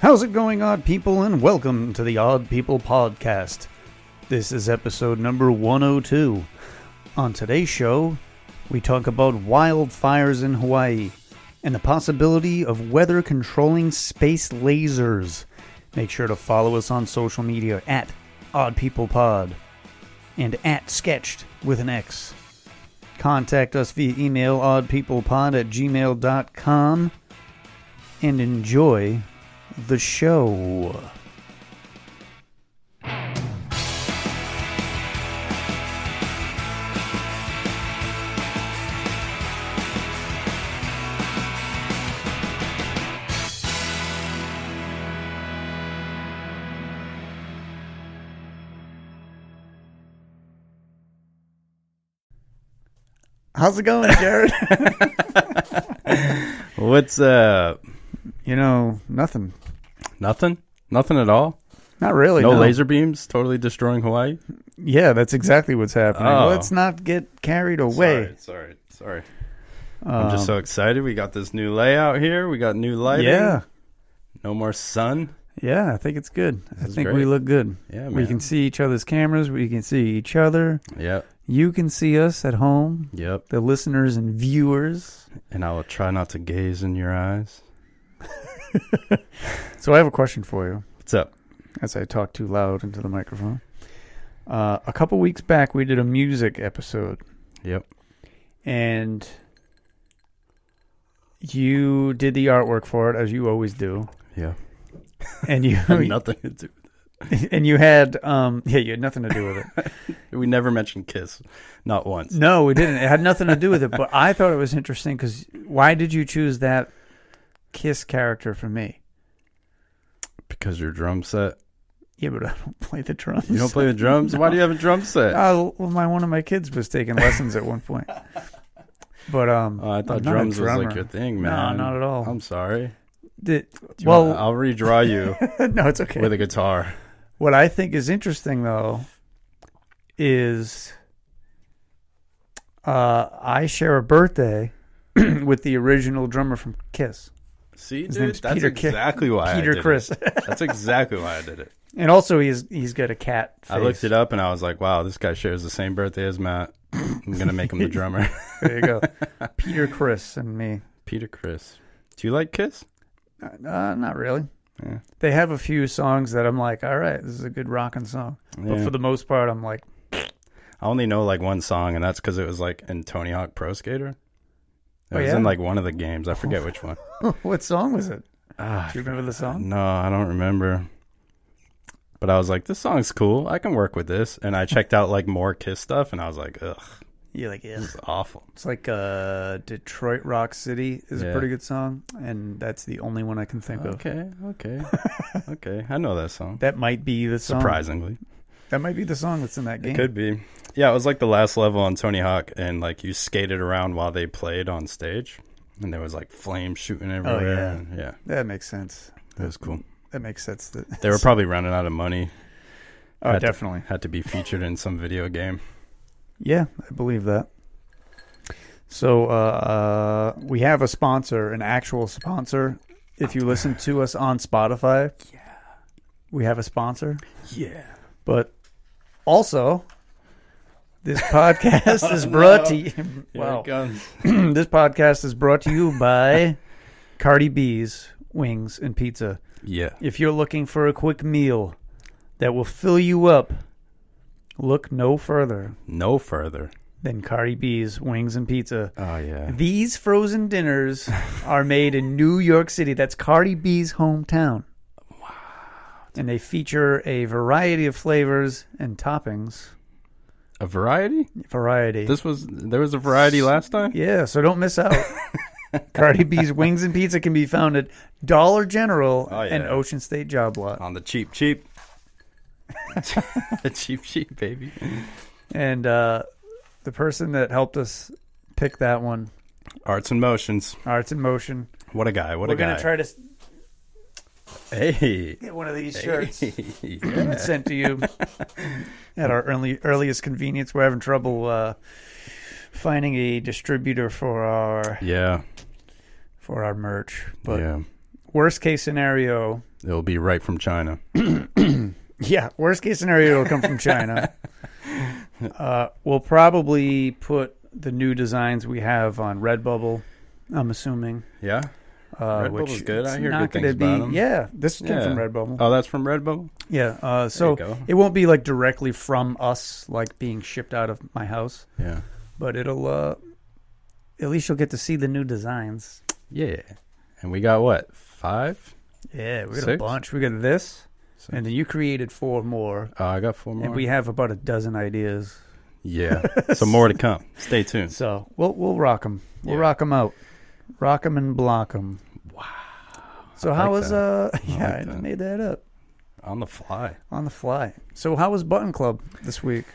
How's it going, odd people, and welcome to the Odd People Podcast. This is episode number 102. On today's show, we talk about wildfires in Hawaii and the possibility of weather controlling space lasers. Make sure to follow us on social media at Odd People Pod and at Sketched with an X. Contact us via email oddpeoplepod at gmail.com and enjoy the show. How's it going, Jared? What's up? you know, nothing. uh, Nothing? Nothing at all? Not really. no, laser beams totally destroying Hawaii? Yeah, that's exactly what's happening. Oh. Let's not get carried away. Sorry, sorry. sorry. Um, I'm just so excited. We got this new layout here. We got new lighting. Yeah, No more sun. yeah. I think it's good. I is think we great. look good. Yeah, We man. can see each other's cameras. We can see each other. Yep. You can see us at home, Yep. the listeners and viewers. And I will try not to gaze in your eyes. So I have a question for you. What's up? As I talk too loud into the microphone, uh, a couple weeks back we did a music episode. Yep. and you did the artwork for it as you always do Yeah. and you Had nothing to do. and you had um yeah you had nothing to do with it We never mentioned Kiss. Not once. no we didn't it had nothing to do with it but i thought it was interesting because why did you choose that kiss character for me Because your drum set. yeah but i don't play the drums You don't play the drums? Why do you have a drum set? uh, well, my one of my kids was taking lessons at one point but um Oh, I thought I'm not a drums was like drummer. your thing, No, man. not at all. I'm sorry. Did- Do you well want- I'll redraw you no it's okay with a guitar. What I think is interesting, though, is uh, I share a birthday with the original drummer from Kiss, See, His dude, name's that's Peter Ki- exactly why I Peter did Chris, It. That's exactly why I did it. and also he's he's got a cat. Face. I looked it up and I was like, "Wow, this guy shares the same birthday as Matt. I'm gonna make him the drummer." There you go, Peter Chris and me. Peter Chris, do you like Kiss? Uh, not really. Yeah. They have a few songs that I'm like, all right, this is a good rocking song. But Yeah. for the most part, I'm like, I only know like one song, and that's because it was like in Tony Hawk Pro Skater. It Oh, was yeah? in like one of the games. I forget which one. what song was it? Ah, Do you remember the song? no, I don't remember. But I was like, "This song's cool. I can work with this." And I checked out like more Kiss stuff, and I was like, "Ugh, You're like, yeah. this is awful." It's like uh, Detroit Rock City is a Yeah. pretty good song, and that's the only one I can think of. Okay, okay, okay. I know that song. That might be the song. Surprisingly. That might be the song that's in that game. It could be. Yeah, it was like the last level on Tony Hawk, and like you skated around while they played on stage, and there was like flames shooting everywhere. yeah. and- Oh, yeah, That makes sense. that was cool. That makes sense. That They were probably running out of money. oh, had to- definitely. had to be featured in some video game. Yeah, I believe that. So uh, uh, we have a sponsor, an actual sponsor. If you listen to us on Spotify, yeah, we have a sponsor. Yeah. But also, this podcast is brought to you. Wow. this podcast is brought to you by Cardi B's Wings and Pizza. Yeah. If you're looking for a quick meal that will fill you up, look no further No further. than Cardi B's Wings and Pizza. Oh yeah. These frozen dinners are made in New York City. That's Cardi B's hometown. And they feature a variety of flavors and toppings. A variety. Variety. This was there was a variety last time. Yeah, so don't miss out. Cardi B's Wings and Pizza can be found at Dollar General Oh, yeah. and Ocean State Job Lot. On the cheap, cheap. cheap, cheap, baby. And uh, the person that helped us pick that one, Arts and motions. Arts in Motion, What a guy. What we're a guy. going to try to s- hey. get one of these shirts Yeah. sent to you at our early earliest convenience. We're having trouble uh, finding a distributor for our Yeah. for our merch, but yeah. Worst case scenario, It'll be right from China. yeah, worst case scenario will come from China. uh, we'll probably put the new designs we have on Redbubble. I'm assuming. Yeah. Uh, Redbubble's which good. I it's hear not good gonna things be, about 'em. Yeah, this came Yeah. from Redbubble. Oh, that's from Redbubble. yeah, uh, so go. it won't be like directly from us, like being shipped out of my house, Yeah. but it'll uh, at least you'll get to see the new designs. Yeah. And we got what five? Yeah, we got a Six? bunch. We got this, So, and then you created four more, oh, I got four more. and we have about a dozen ideas. yeah. Some more to come. Stay tuned. So we'll we'll rock them. We'll Yeah. rock 'em rock them out, rock them and block them. Wow. So I how like was that. uh? Yeah, like I just that. made that up On the fly. on the fly. So how was Button Club this week?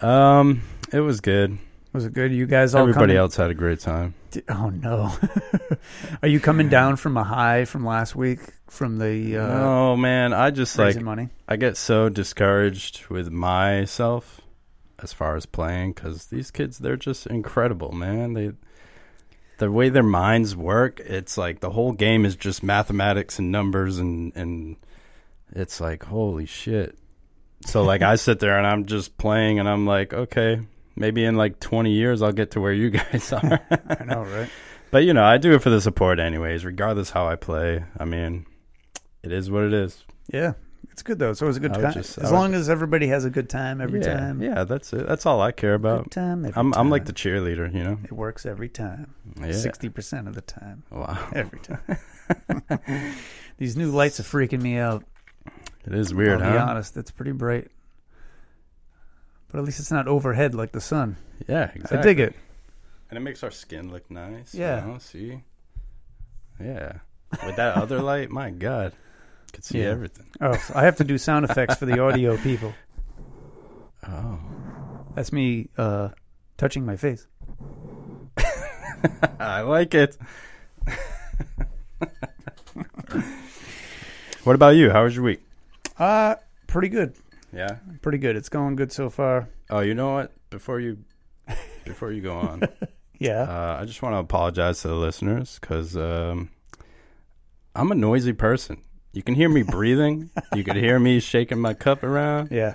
Um, it was good. Was it good? You guys all Everybody coming? else had a great time. D- Oh no! Are you coming down from a high from last week from the uh, oh man, I just like raising money? I get so discouraged with myself as far as playing because these kids they're just incredible, man. They the way their minds work, it's like the whole game is just mathematics and numbers and and it's like holy shit. So like I sit there and I'm just playing and I'm like, okay, maybe in like 20 years I'll get to where you guys are. I know, right? But you know, I do it for the support anyways, regardless how I play. I mean, it is what it is. Yeah, it's good though. It's always a good I would time. just- I as would- long as everybody has a good time every yeah, time. Yeah, that's it. That's all I care about. Good time. Every I'm I'm like the time. cheerleader, you know. It works every time. Yeah. Sixty percent of the time. Wow. Every time. These new lights are freaking me out. It is weird, I'll be huh? honest, it's pretty bright. But at least it's not overhead like the sun. Yeah, exactly. I dig it. And it makes our skin look nice. Yeah. You know? See. Yeah. With that other light, my God, could see Yeah. everything. Oh, so I have to do sound effects for the audio people. Oh. That's me uh, touching my face. I like it. what about you? How was your week? Uh pretty good. Yeah. Pretty good. It's going good so far. Oh, you know what? Before you, before you go on, Yeah. uh, I just want to apologize to the listeners because um, I'm a noisy person. You can hear me breathing. you could hear me shaking my cup around, yeah.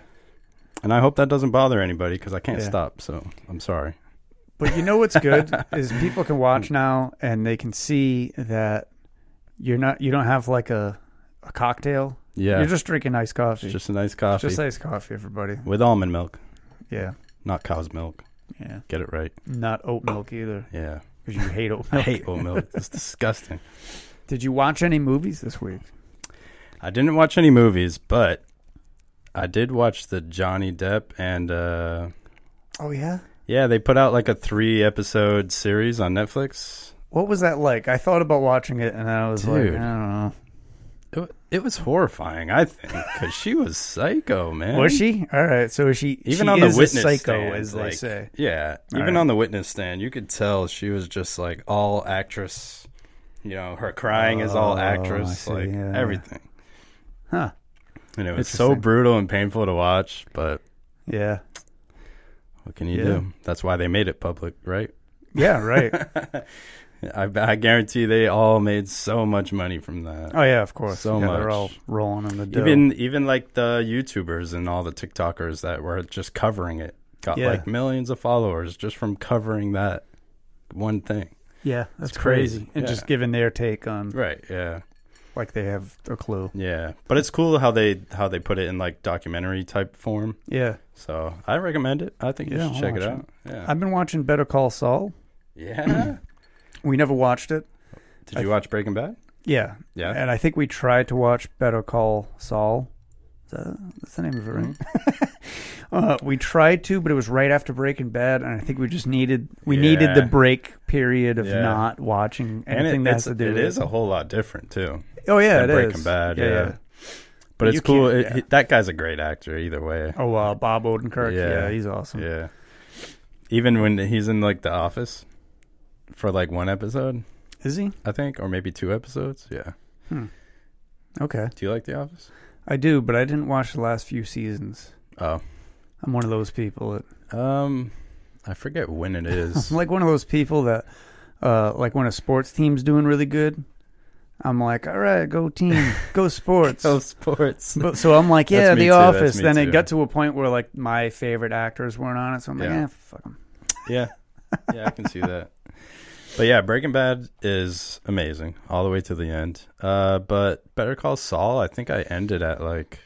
and I hope that doesn't bother anybody because I can't Yeah. stop. So I'm sorry. But you know what's good is people can Hmm. watch now and they can see that you're not you don't have like a a cocktail. Yeah, You're just drinking iced coffee. it's just a nice coffee Just iced coffee, everybody. with almond milk, Yeah. not cow's milk. Yeah. Get it right. Not oat milk either, Yeah, because you hate oat I milk. hate oat milk. It's disgusting. Did you watch any movies this week? I didn't watch any movies, but I did watch the Johnny Depp and. Uh, Oh yeah. Yeah, they put out like a three episode series on Netflix. What was that like? I thought about watching it and I was like, I Dude. don't know. It, wa- it was horrifying, I think, because she was psycho, man. Was she? All right. So she Even she on the is a witness psycho, stand, as they like- say. Yeah, All even right. on the witness stand, you could tell she was just like all actress. You know, her crying is Oh, all I actress, see, like yeah. everything. Huh. And it was so Interesting. brutal and painful to watch, but Yeah. what can you Yeah. do? That's why they made it public, right? Yeah. Right. I, I guarantee they all made so much money from that. oh yeah. Of course. So yeah, They're much. all rolling in the dough. Even even like the YouTubers and all the TikTokers that were just covering it got Yeah. like millions of followers just from covering that one thing. yeah. That's crazy. crazy. And Yeah. just giving their take on Right. Yeah. like they have a clue. Yeah. But it's cool how they how they put it in like documentary type form. Yeah. So I recommend it. I think Yeah, you should I'll check it watch out. Yeah. I've been watching Better Call Saul. yeah. We never watched it. Did you watch Breaking Bad? Yeah. Yeah. And I think we tried to watch Better Call Saul. Is that, that's the name of it, right? Mm-hmm. uh, we tried to, but it was right after Breaking Bad, and I think we just needed we needed the Yeah. break period of Yeah. not watching And anything it, that it's- has to do. it with is a whole lot different too. Oh yeah, it than is. Breaking Bad, yeah. But You it's cool. can't- It, yeah. he- that guy's a great actor either way. Oh, uh, Bob Odenkirk. Yeah. Yeah. he's awesome. Yeah. Even when he's in like the office for like one episode, Is he? I think, or maybe two episodes. Yeah. Okay, Do you like The Office? I do, but I didn't watch the last few seasons. Oh. I'm one of those people. That, Um I forget when it is. I'm like one of those people that, uh, like when a sports team's doing really good, I'm like, all right, go team, go sports. Oh, sports. But- so I'm like, That's yeah, me The too, that's Office. me Then too. it got to a point where like my favorite actors weren't on it, so I'm like, Yeah. eh, fuck 'em. Yeah. Yeah, I can see that. But yeah, Breaking Bad is amazing all the way to the end. Uh, but Better Call Saul, I think I ended at like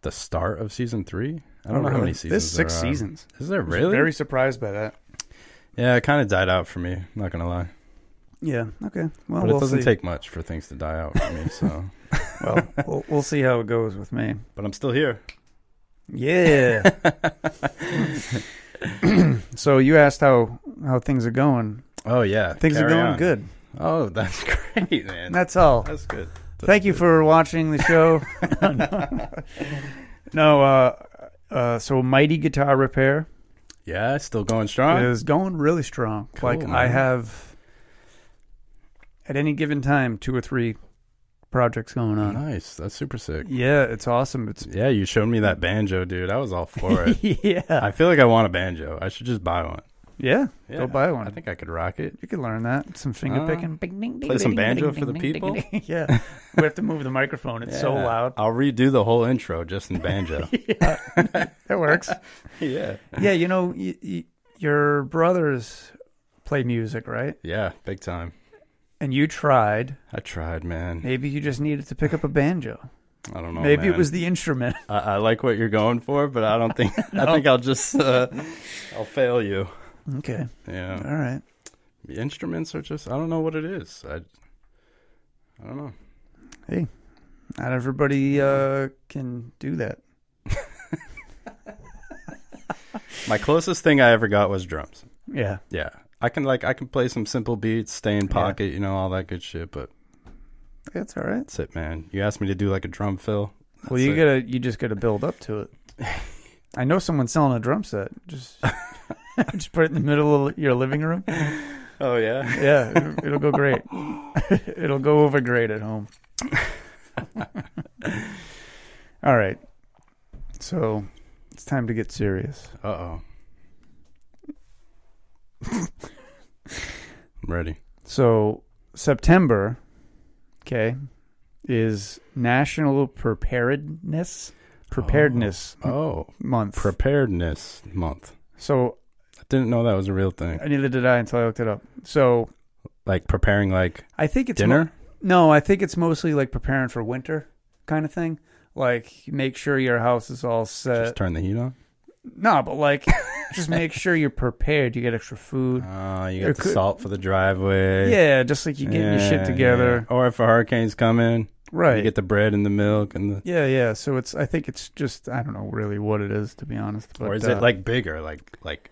the start of season three. I don't know how many seasons. There's six there are. seasons. Is there I was really? Very surprised by that. Yeah, it kind of died out for me. Not gonna lie, Yeah. Okay. Well, but we'll it doesn't see. take much for things to die out for me. So, well, well, we'll see how it goes with me. but I'm still here. Yeah. so you asked how how things are going. Oh yeah, Things carry are going on. good. Oh, that's great, man. That's all. That's good. Thank you for watching the show. no, uh, uh, so Mighty Guitar Repair Yeah, still going strong. is going really strong. Cool, like I man. have at any given time two or three projects going on. Oh, Nice. That's super sick. Yeah, it's awesome. It's Yeah, you showed me that banjo, dude. I was all for it. yeah, I feel like I want a banjo. I should just buy one. yeah. Yeah, Go buy one. I think I could rock it. You could learn that. Some finger Uh, picking. Play some banjo for the people. yeah, we have to move the microphone. It's so Yeah. Uh, loud. I'll redo the whole intro just in banjo. That works. yeah. yeah, you know, y- y- your brothers play music, right? Yeah, big time. and you tried, I tried, man. maybe you just needed to pick up a banjo. I don't know. maybe it man. was the instrument. I, I like what you're going for, but I don't think. I think I'll just. Uh, I'll fail you. okay. Yeah. All right. The instruments are just. I don't know what it is. I. I don't know. Not everybody uh, can do that. My closest thing I ever got was drums. Yeah. Yeah. I can like I can play some simple beats, stay in pocket, you know, all that good shit, but That's all right. that's it, man. You asked me to do like a drum fill. well, That's you it. gotta, you just gotta build up to it. I know someone's selling a drum set. Just, just put it in the middle of your living room. Oh yeah. Yeah, it'll- it'll go great. it'll go over great at home. all right. So it's time to get serious. Uh oh. I'm ready. So September, okay, is National Preparedness Preparedness Oh. Month. Preparedness month. so I didn't know that was a real thing. neither did I until I looked it up. So Like preparing like I think it's dinner? no, I think it's mostly like preparing for winter kind of thing. Like make sure your house is all set. Just turn the heat on? no, but like just make sure you're prepared. You get extra food. Oh, you There got the could- salt for the driveway. yeah, just like you getting your Yeah, shit together. yeah. Or if a hurricane's coming, Right. you get the bread and the milk and the yeah, yeah. So it's I think it's just I don't know really what it is to be honest. But, or is uh, it like bigger, like like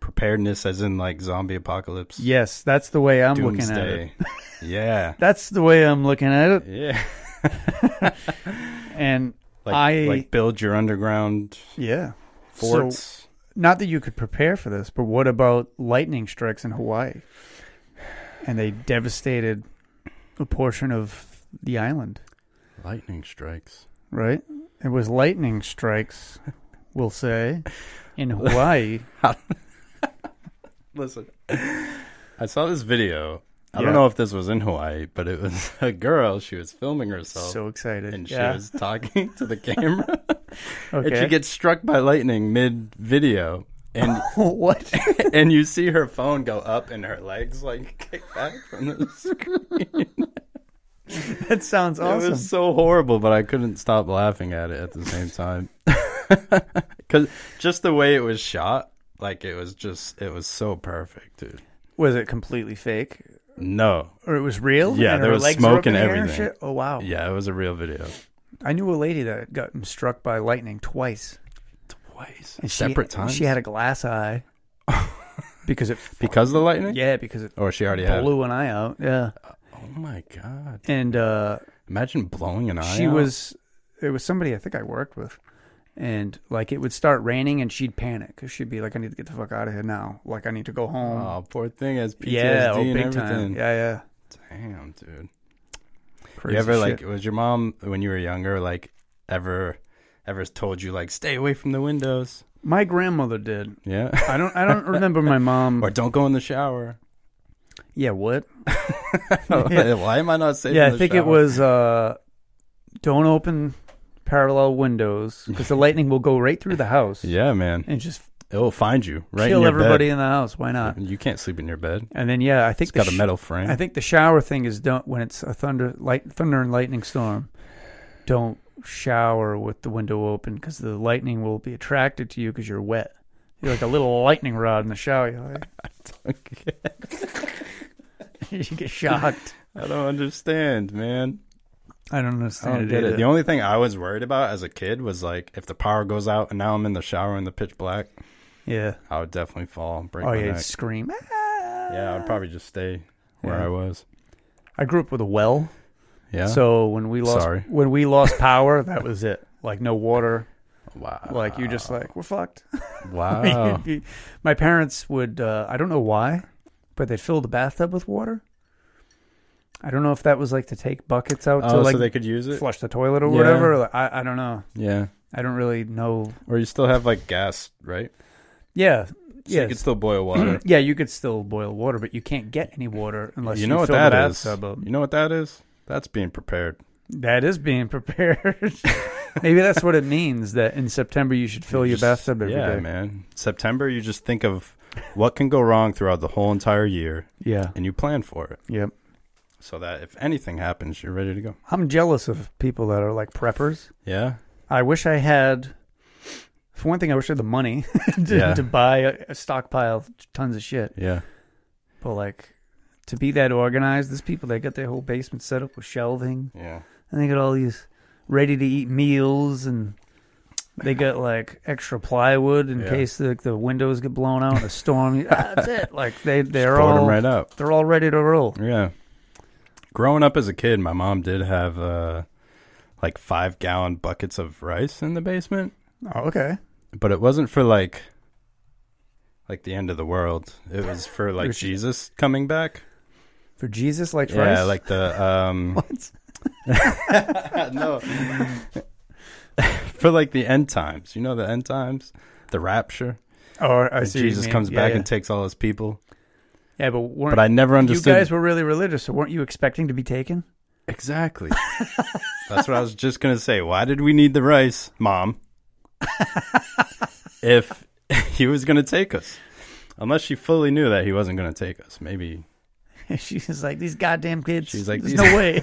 preparedness, as in like zombie apocalypse? Yes, that's the way I'm looking at it. doomsday. yeah, That's the way I'm looking at it. yeah. And Like, I- like build your underground yeah. forts. So, not that you could prepare for this, but what about lightning strikes in Hawaii? And they devastated a portion of the island, Lightning strikes. right? It was lightning strikes, we'll say, in Hawaii. Listen, I saw this video. I Yeah. don't know if this was in Hawaii, but it was a girl. She was filming herself. so excited. and she yeah. was talking to the camera, okay. and she gets struck by lightning mid-video, and what? and you see her phone go up and her legs like kick back from the screen. that sounds It awesome. was so horrible, but I couldn't stop laughing at it at the same time. Cause just the way it was shot, like it was just it was so perfect, dude. Was it completely fake? No. Or it was real? Yeah, and there her was legs smoke were up in and the air everything. shit? Oh, wow. Yeah, it was a real video. I knew a lady that had gotten struck by lightning twice. Twice. And she- Separate times. She had a glass eye because it. because of the lightning? Yeah, because it Or she already had blew an eye out. Yeah, Oh my god. and uh, Imagine blowing an eye. she out. was. It was somebody I think I worked with, and like it would start raining, and she'd panic because she'd be like, "I need to get the fuck out of here now. Like I need to go home." Oh, poor thing has um, PTSD yeah, oh, and big everything. time. Yeah, yeah. Damn, dude. Crazy you ever shit. like was your mom when you were younger, like ever ever told you like stay away from the windows? my grandmother did. Yeah. I don't. I don't remember my mom. or don't go in the shower. Yeah, what? Why am I not saying? yeah, I think it was uh, don't open parallel windows because the lightning will go right through the house Yeah, man. and just It'll find you right in kill your everybody bed. in the house. Why not? You can't sleep in your bed. And then yeah, I think It's the got a sh- metal frame. I think the shower thing is don't when it's a thunder light thunder and lightning storm. Don't shower with the window open because the lightning will be attracted to you because you're wet. You're like a little lightning rod in the shower. You're like, you get shocked. I don't understand, man. I don't I understand don't it. get it. either. The only thing I was worried about as a kid was like if the power goes out and now I'm in the shower in the pitch black, yeah. I would definitely fall and break Oh my yeah. you'd neck. Scream. "Ah!" Yeah, I'd probably just stay where Yeah. I was. I grew up with a well. Yeah. So when we lost Sorry. when we lost power, that was it. Like no water. wow. Like you're just like we're fucked. wow. You'd be- my parents would. Uh, I don't know why, but they'd fill the bathtub with water. I don't know if that was like to take buckets out to oh, like so they could use it. flush the toilet or Yeah. whatever. Like, I I don't know. Yeah. I don't really know. Or you still have like gas, right? Yeah. So you yes. could still boil water. yeah, you could still boil water, but you can't get any water unless you, you know what fill that the is? bathtub up. You know what that is? That's being prepared. That is being prepared. Maybe that's what it means that in September you should fill You your just- bathtub every day. yeah, man. September, you just think of what can go wrong throughout the whole entire year, Yeah. and you plan for it Yep. so that if anything happens, you're ready to go. I'm jealous of people that are like preppers. Yeah, I wish I had. For one thing, I wish I had the money to, Yeah. to buy a, a stockpile of tons of shit. yeah. But like, to be that organized, there's people that got their whole basement set up with shelving, Yeah. and they got all these ready-to-eat meals, and they got like extra plywood in Yeah. case the, the windows get blown out in a storm. Ah, That's it. Like they they're Board 'em all right out. they're all ready to roll. Yeah. Growing up as a kid, my mom did have uh, like five gallon buckets of rice in the basement, Oh, okay. but it wasn't for like like the end of the world. It was for like was- Jesus coming back. For Jesus, like Yeah, rice? like the um what? no. For like the end times, you know the end times, the rapture. Or Oh, I And see what you Jesus mean. comes Yeah, back yeah. and takes all his people. yeah, but weren't But I never understood You guys were really religious, so weren't you expecting to be taken? exactly. That's what I was just gonna say. Why did we need the rice, Mom? if he was gonna take us, unless she fully knew that he wasn't gonna take us, maybe. She's like, these goddamn kids. She's like, there's "These- no way.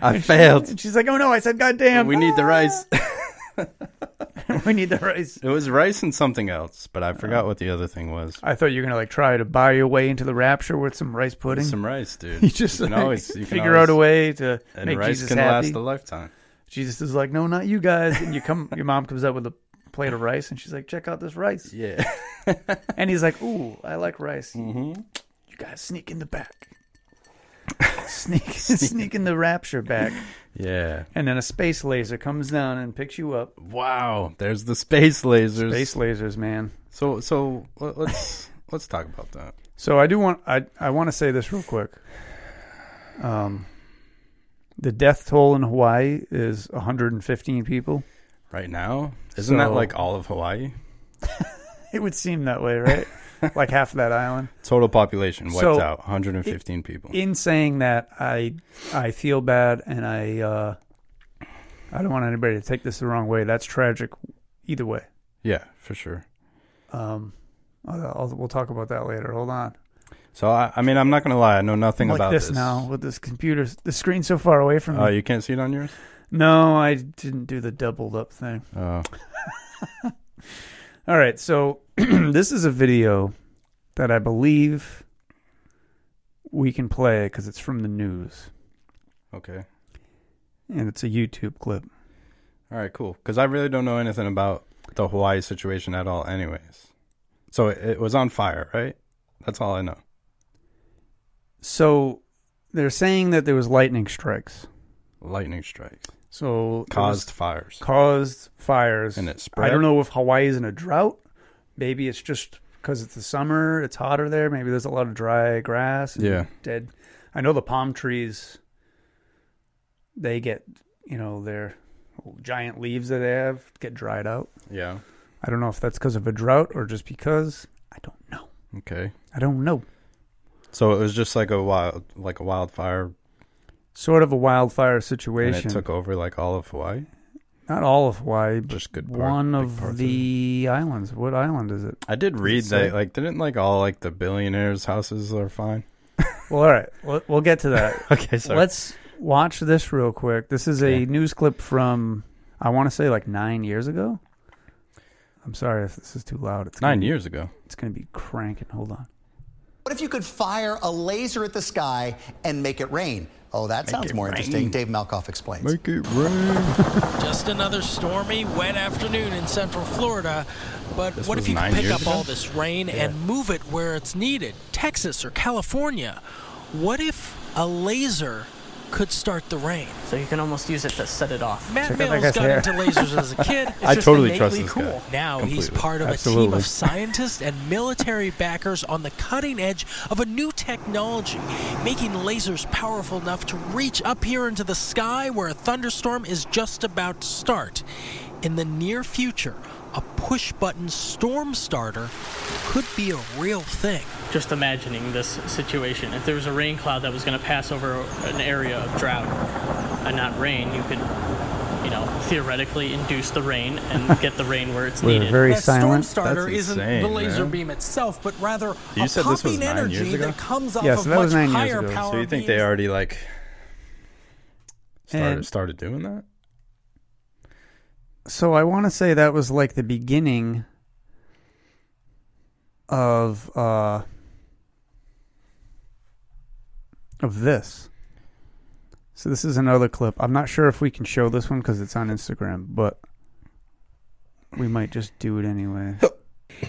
I failed. And she's like, oh no, I said goddamn. We need the rice. we need the rice. It was rice and something else, but I Oh. forgot what the other thing was. I thought you were gonna like try to buy your way into the rapture with some rice pudding. Some rice, dude. you just can like, always- you can figure out a always- way to and make rice Jesus can happy. last a lifetime. Jesus is like, no, not you guys. And you come, your mom comes up with a plate of rice, and she's like, check out this rice. Yeah. Mm. And he's like, ooh, I like rice. Mm-hmm. You guys sneak in the back. Sneak, sneak in the rapture back. Yeah. And then a space laser comes down and picks you up. Wow. There's the space lasers. Space lasers, man. So so let- let's let's talk about that. So I do want I I want to say this real quick. Um, the death toll in Hawaii is 115 people. Right now, isn't that So- like all of Hawaii? It would seem that way, right? like half of that island. Total population wiped So- out 115 people. In saying that, I I feel bad, and I uh, I don't want anybody to take this the wrong way. That's tragic, either way. yeah, for sure. Um, I'll, I'll- we'll talk about that later. Hold on. So I, I mean, I'm not gonna lie. I know nothing I'm like about this, now with this computer, the screen's so far away from Oh, me. you can't see it on yours. No, I didn't do the doubled up thing. Oh, All right, so this is a video that I believe we can play because it's from the news okay. and it's a YouTube clip. All right, cool. Because I really don't know anything about the Hawaii situation at all, anyways. So it, it was on fire, right? That's all I know. So they're saying that there was lightning strikes. Lightning strikes So it caused fires, was- caused fires. and it spread. I don't know if Hawaii is in a drought. Maybe it's just because it's the summer, it's hotter there. Maybe there's a lot of dry grass. and Yeah. dead. I know the palm trees. They get you know their giant leaves that they have get dried out. Yeah. I don't know if that's because of a drought or just because I don't know. Okay. I don't know. So it was just like a wild, like a wildfire, Sort of a wildfire and situation. it took over like all of Hawaii. Not all of Hawaii, but Just good. part- one big parts of the islands. What island is it? it. I did read So- that like didn't like all like the billionaires' houses are fine. Well, all right. We'll, we'll get to that. Okay, sorry. Let's watch this real quick. This is a Okay. news clip from, I want to say, like nine years ago. I'm sorry if this is too loud. It's gonna Nine be- years ago. It's going to be cranking. Hold on. What if you could fire a laser at the sky and make it rain? Oh, that sounds it more rain. interesting. Dave Malkoff explains. Make it rain. Just another stormy, wet afternoon in central Florida. But This what was if you nine could pick years up ago? all this rain and move it where it's needed? Texas or California? What if a laser could start the rain? So you can almost use it to set it off. Matt Check out that Mills guy's got hair. into lasers as a kid. It's I just totally trust innately this cool. guy. Now he's Completely. part of a team Absolutely. of scientists and military backers on the cutting edge of a new technology, making lasers powerful enough to reach up here into the sky where a thunderstorm is just about to start. In the near future, a push button storm starter could be a real thing. Just imagining this situation. If there was a rain cloud that was going to pass over an area of drought and not rain, you could, you know, theoretically induce the rain and get the rain where it's We're needed. very that storm silent. starter That's isn't insane, the laser man. beam itself, but rather You a said this was pumping nine years energy ago? that comes off Yeah, of so that was much nine years higher ago. So power. So you think they beams already like started And- started doing that? So I want to say that was like the beginning of uh of this. So this is another clip. I'm not sure if we can show this one because it's on Instagram, but we might just do it anyway.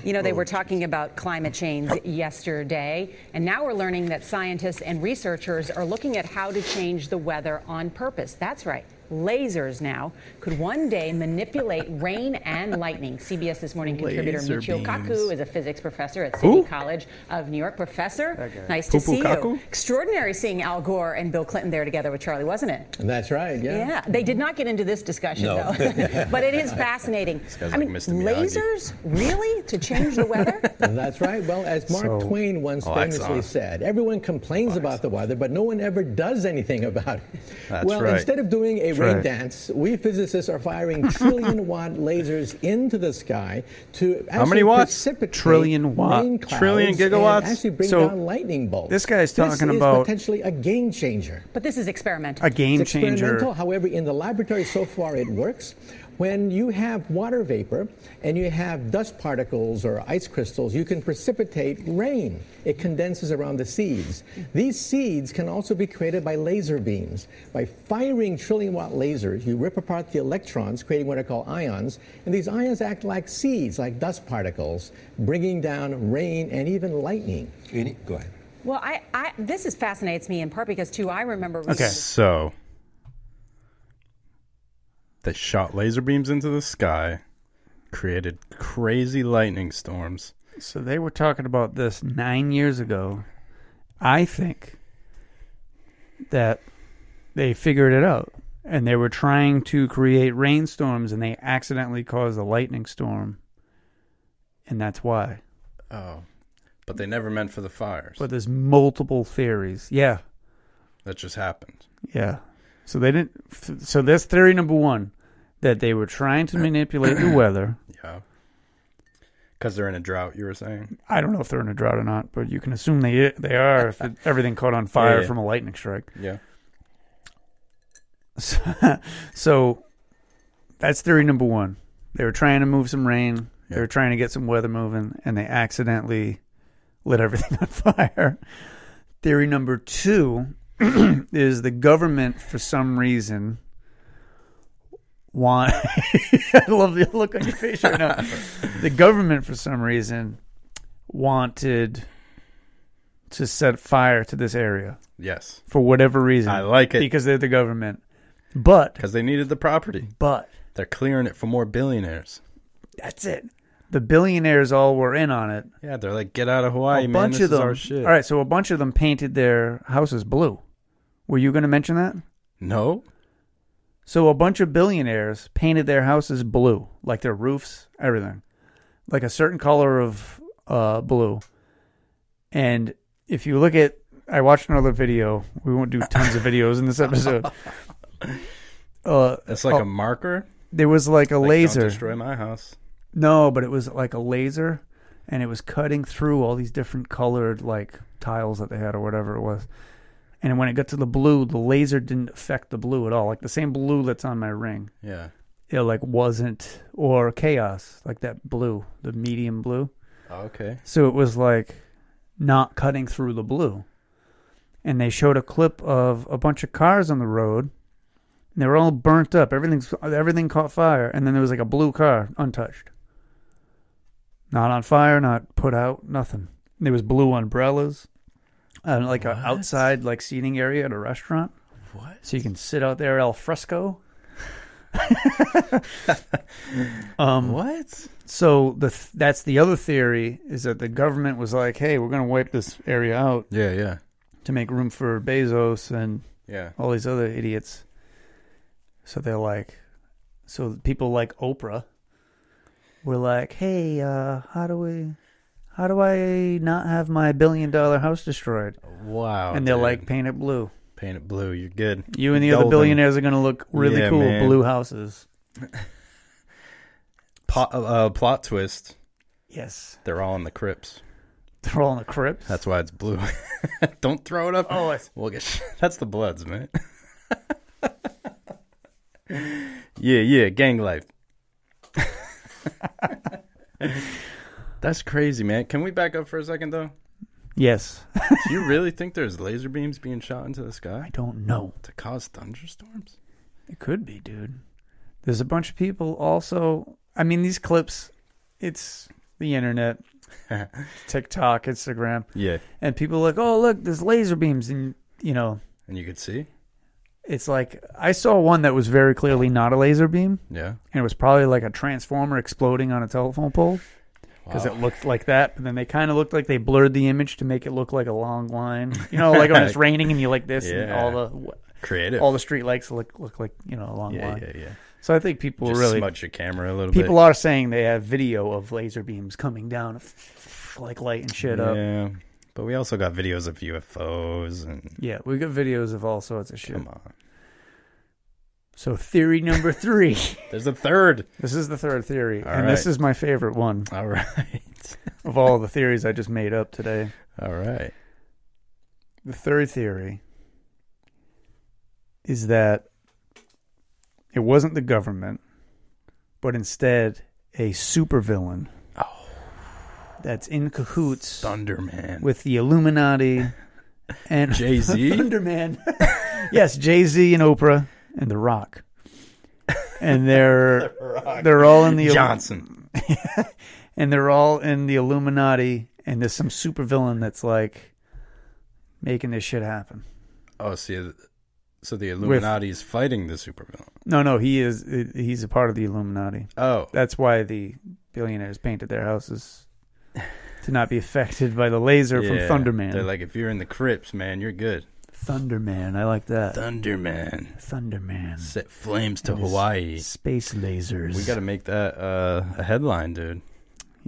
You know, they were talking about climate change yesterday, and now we're learning that scientists and researchers are looking at how to change the weather on purpose. That's right. Lasers now could one day manipulate rain and lightning. CBS This Morning contributor Laser Michio beams. Kaku is a physics professor at Who? City College of New York. Professor, nice to Poo-poo see Kaku? you. Extraordinary seeing Al Gore and Bill Clinton there together with Charlie, wasn't it? That's right. Yeah. Yeah, they did not get into this discussion No. though, but it is fascinating. guy's I like mean, Mr. Miyagi. lasers really to change the weather? That's right. Well, as Mark So- Twain once Oh, that's famously off. said, everyone complains about the weather, but no one ever does anything about it. That's well, right. instead of doing a rain right. dance, we physicists are firing trillion watt lasers into the sky to actually many watts? precipitate Trillion watt. rain clouds Trillion and gigawatts? actually bring So, down lightning bolts. this guy's talking is about- potentially a game changer. But this is experimental. A game it's experimental. changer. However, in the laboratory so far it works. When you have water vapor and you have dust particles or ice crystals, you can precipitate rain. It condenses around the seeds. These seeds can also be created by laser beams. By firing trillion watt lasers, you rip apart the electrons, creating what are called ions, and these ions act like seeds, like dust particles, bringing down rain and even lightning. Go ahead. Well, I, I this is fascinates me in part because too I remember reading Okay. So they shot laser beams into the sky, created crazy lightning storms. So they were talking about this nine years ago. I think that they figured it out and they were trying to create rainstorms and they accidentally caused a lightning storm. And that's why. Oh. But they never meant for the fires. But there's multiple theories. Yeah. that just happened. Yeah. So they didn't. f- So that's theory number one that they were trying to manipulate the weather. Yeah. Because they're in a drought, you were saying? I don't know if they're in a drought or not, but you can assume they they are if it, everything caught on fire yeah. from a lightning strike. Yeah. So, so that's theory number one. They were trying to move some rain. They Yeah. were trying to get some weather moving, and they accidentally lit everything on fire. Theory number two is the government, for some reason, want. I love the look on your face right now. the government, for some reason, wanted to set fire to this area Yes. for whatever reason. I like it. because they're the government. But Because they needed the property. but They're clearing it for more billionaires. that's it. The billionaires all were in on it. Yeah, they're like, get out of Hawaii, a man. bunch of this is them. our shit. All right, so a bunch of them painted their houses blue. Were you going to mention that? No? So a bunch of billionaires painted their houses blue, like their roofs, everything, like a certain color of uh, blue, And if you look at, I watched another video. We won't do tons of videos in this episode. Uh, It's like a marker. There was like a Like, Don't Oh. laser. destroy my house. No, but it was like a laser, and it was cutting through all these different colored like tiles that they had or whatever it was. And when it got to the blue, the laser didn't affect the blue at all. Like the same blue that's on my ring, Yeah. it like wasn't or chaos like that blue, the medium blue. Okay. So it was like not cutting through the blue. And they showed a clip of a bunch of cars on the road, and they were all burnt up. Everything's everything caught fire, and then there was like a blue car untouched, not on fire, not put out, nothing. There was blue umbrellas, and like an outside like seating area at a restaurant. What? So you can sit out there al fresco. What? So the th- that's the other theory is that the government was like, "Hey, we're going to wipe this area out." Yeah, yeah, to make room for Bezos and yeah. all these other idiots. So they're like, so people like Oprah were like, hey, uh, how do we, how do I not have my billion dollar house destroyed? Oh, Wow. and they're dude. like, paint it blue. paint it blue. You're good. You and the other Golden. billionaires are going to look really Yeah, cool, man. blue houses. Po- uh, plot twist. Yes. They're all in the crypts. They're all in the crypt. That's why it's blue. Don't throw it up. Oh, it's- we'll get. That's the Bloods, man. yeah, yeah, gang life. That's crazy, man. Can we back up for a second, though? yes. Do you really think there's laser beams being shot into the sky I don't know. to cause thunderstorms? It could be, dude. There's a bunch of people also. I mean, these clips, it's the internet, TikTok, Instagram, Yeah, and people are like, oh, look, there's laser beams. And, you know, and you could see. it's like, I saw one that was very clearly not a laser beam, Yeah, and it was probably like a transformer exploding on a telephone pole because it looked like that. But then they kind of looked like they blurred the image to make it look like a long line. You know, like when it's raining and you like this, and Yeah. all the. creative. All the street lights look look like you know a long yeah, line. yeah, yeah. So I think people Just really smudge your camera a little bit. People are saying they have video of laser beams coming down, like lighting shit up. Yeah, but we also got videos of UFOs and Yeah, we got videos of all sorts of shit. come on. So theory number three. There's a third. this is the third theory, All and this right. is my favorite one All right, of all the theories I just made up today. all right. The third theory is that it wasn't the government, but instead a supervillain that's in cahoots Thunderman. with the Illuminati and Jay-Z? Thunderman. yes, Jay Z and Oprah and The Rock, and they're they're all in the Johnson. and they're all in the Illuminati, and there's some supervillain that's like making this shit happen. Oh, see, th- so the Illuminati is fighting the supervillain. No, no, he is he's a part of the Illuminati. Oh, That's why the billionaires painted their houses. To not be affected by the laser yeah. from Thunderman. They're like, if you're in the crypts, man, you're good. Thunderman, I like that. Thunderman Thunderman. set flames to Hawaii. Space lasers. We got to make that uh, a headline, dude.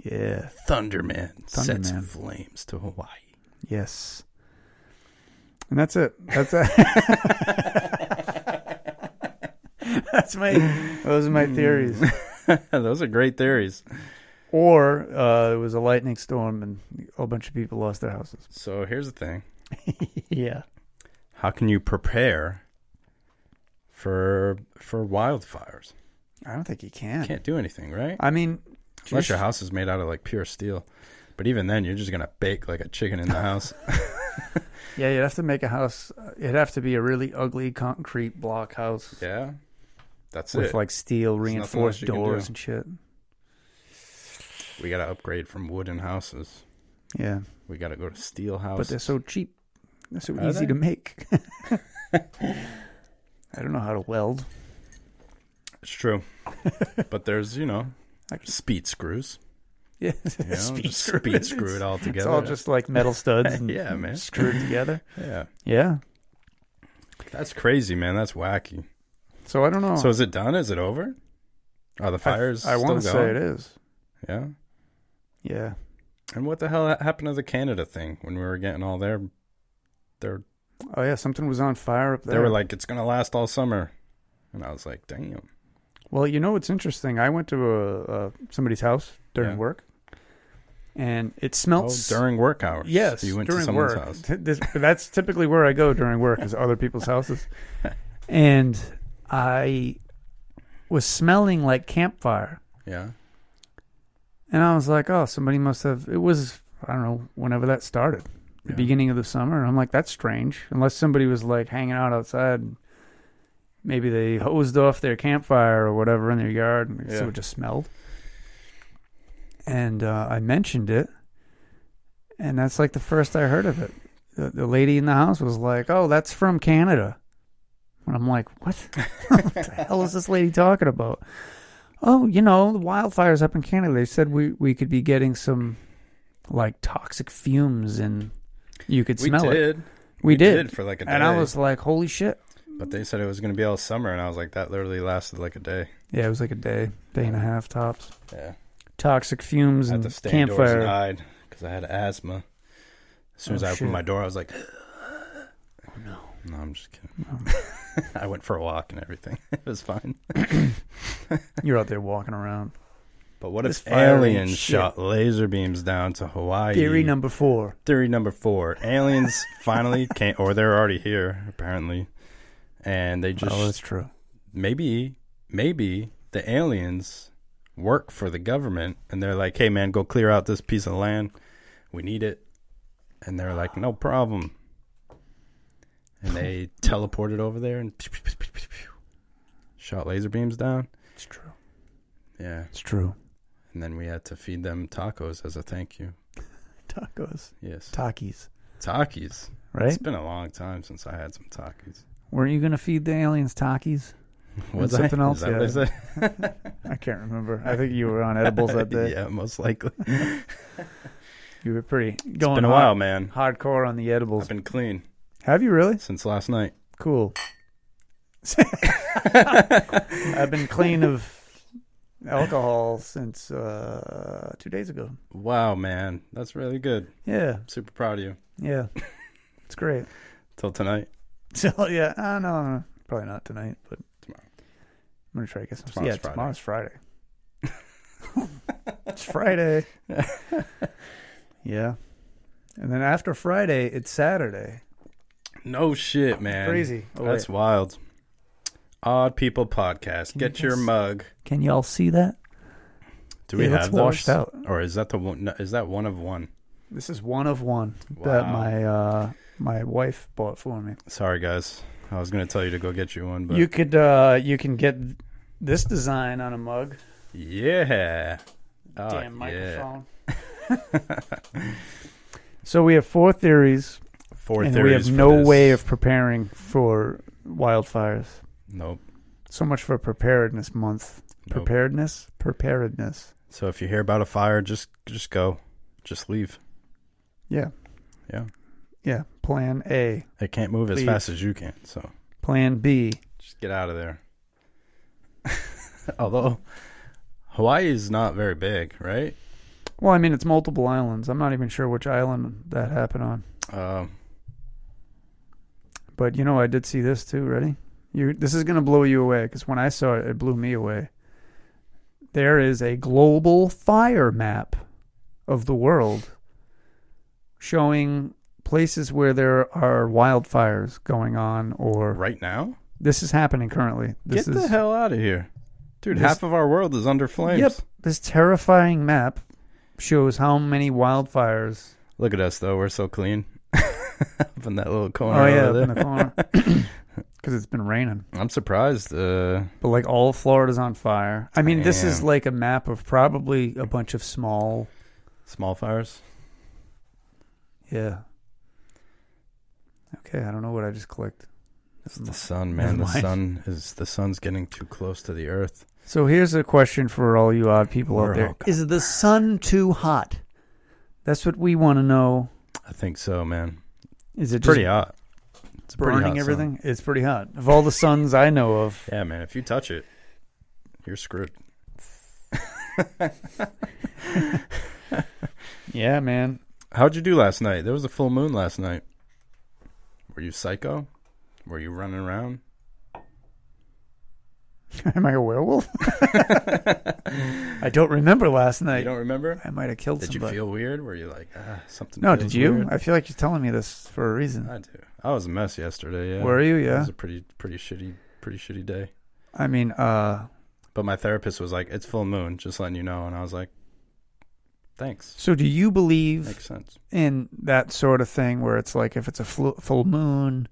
Yeah. Thunderman, sets Thunderman. flames to Hawaii. Yes. And that's it. That's it. that's my. Those are my Hmm. theories. Those are great theories. Or uh, it was a lightning storm and a whole bunch of people lost their houses. So here's the thing. Yeah. how can you prepare for for wildfires? I don't think you can. You can't do anything, right? I mean, Unless your just- house is made out of like pure steel. But even then, you're just gonna bake like a chicken in the house. yeah, you'd have to make a house. uh, It'd have to be a really ugly concrete block house yeah, that's with it. like steel nothing reinforced else you can doors do. and shit. we gotta upgrade from wooden houses. Yeah, We gotta go to steel but houses. they're so cheap. They're so Are easy they? to make. I don't know how to weld. it's true. but there's you know speed screws. Yeah, You know, speed just screw. speed screw it all together. It's all just like metal studs. And Yeah, man. Screwed together. yeah. Yeah. That's crazy, man. That's wacky. So I don't know. So is it done? Is it over? Are the fires? I, I want to say it is. Yeah. Yeah. And what the hell ha- happened to the Canada thing when we were getting all their their Oh yeah, something was on fire up there. they were like it's gonna last all summer, and I was like, damn. Well, you know it's interesting. I went to a, a somebody's house during Yeah. work, and it Oh, smelled during work hours. Yes, you went during to someone's work. house. This- that's typically where I go during work is other people's houses, and I was smelling like campfire, Yeah, and I was like, oh, somebody must have. It was I don't know whenever that started, the beginning of the summer. And I'm like, that's strange. Unless somebody was like hanging out outside. and Maybe they hosed off their campfire or whatever in their yard, and so Yeah. it just smelled. And uh, I mentioned it, and that's like the first I heard of it. The, the lady in the house was like, "Oh, that's from Canada," and I'm like, "What? what the hell is this lady talking about?" Oh, you know, the wildfires up in Canada. They said we we could be getting some like toxic fumes, and you could we smell it. did. We, did. did for, like, a and I day. was like, "Holy shit!" But they said it was going to be all summer, and I was like, that literally lasted like a day. Yeah, it was like a day, day and a half tops. Yeah. Toxic fumes I and had to stay indoors and campfire. hide because I had asthma. As soon as Oh, I opened shit. Oh, my door, I was like, no. No, I'm just kidding. I went for a walk and everything. It was fine. You're out there walking around. But what This if fire ain't aliens shit. shot laser beams down to Hawaii? Theory number four. Theory number four. Aliens finally came, or they're already here, apparently. And they just Oh, that's true. maybe maybe the aliens work for the government and they're like, "Hey man, go clear out this piece of land. We need it." And they're like, "No problem." And they teleported over there and pew, pew, pew, pew, pew, pew, shot laser beams down. It's true. Yeah. It's true. And then we had to feed them tacos as a thank you. Tacos, Yes. Takis, Takis. right? It's been a long time since I had some Takis. Weren't you gonna feed the aliens Takis? Was something I? else, Is that what I yeah. said? I can't remember. I think you were on edibles that day. yeah, most likely. You were pretty going been a hard- while, man. Hardcore on the edibles. I've been clean Have you really? since last night. Cool. I've been clean of alcohol since uh, two days ago. Wow, man, that's really good. Yeah, Super proud of you. yeah, it's great. Till tonight. So yeah, uh, no, no, probably not tonight, but Tomorrow. I'm gonna try to get some. Tomorrow's yeah, Friday. tomorrow's Friday. it's Friday. yeah, and then after Friday, it's Saturday. No shit, man. Crazy. Oh, that's wait. wild. Odd People Podcast. Get your guys- mug. Can y'all see that? Do Yeah, we that's have washed those? out. Or is that the one? no, Is that one of one? This is one of one that Wow. my uh, my wife bought for me. Sorry, guys. I was gonna tell you to go get you one, but You could uh, you can get this design on a mug. yeah. Oh, Damn Yeah. microphone. so we have four theories, Four and we have theories. for no this. way of preparing for wildfires. Nope. So much for preparedness month. Nope. Preparedness, preparedness. So if you hear about a fire, just just go, just leave. Yeah, Yeah. yeah. Plan A, They can't move as Leave. fast as you can, so Plan B. Just get out of there. Although Hawaii is not very big, right? Well, I mean, it's multiple islands. I'm not even sure which island that happened on. Um, But you know, I did see this too. Ready? You. This is gonna blow you away because when I saw it, it blew me away. There is a global fire map of the world showing places where there are wildfires going on, or right now, this is happening currently. This get is the hell out of here, dude. This- half of our world is under flames. Yep, this terrifying map shows how many wildfires. Look at us though; we're so clean. up in that little corner. Oh yeah, over up in there. the corner because it's been raining. I'm surprised. Uh, But like all of Florida's on fire. I mean, this is Damn. like a map of probably a bunch of small. small fires. Yeah. Okay, I don't know what I just clicked. It's the sun, man. Mm. Never The mind. sun is the sun's getting too close to the earth. So here's a question for all you odd people We're out there: all gone. Is the sun too hot? That's what we want to know. I think so, man. Is it just Pretty hot. It's a pretty hot burning sun. everything? It's pretty hot. Of all the suns I know of, Yeah, man. If you touch it, you're screwed. Yeah, man. How'd you do last night? There was a full moon last night. Were you psycho? Were you running around? Am I a werewolf? I don't remember last night. You don't remember? I might have killed Did you somebody. feel weird? Were you like, ah, something? no, feels did you? weird? I feel like you're telling me this for a reason. I do. I was a mess yesterday. Yeah. Were you? It Yeah. was a pretty, pretty shitty, pretty shitty day. I mean, uh, But my therapist was like, "It's full moon, just letting you know," and I was like, "Thanks, so do you believe makes sense." in that sort of thing where it's like if it's a flu- full moon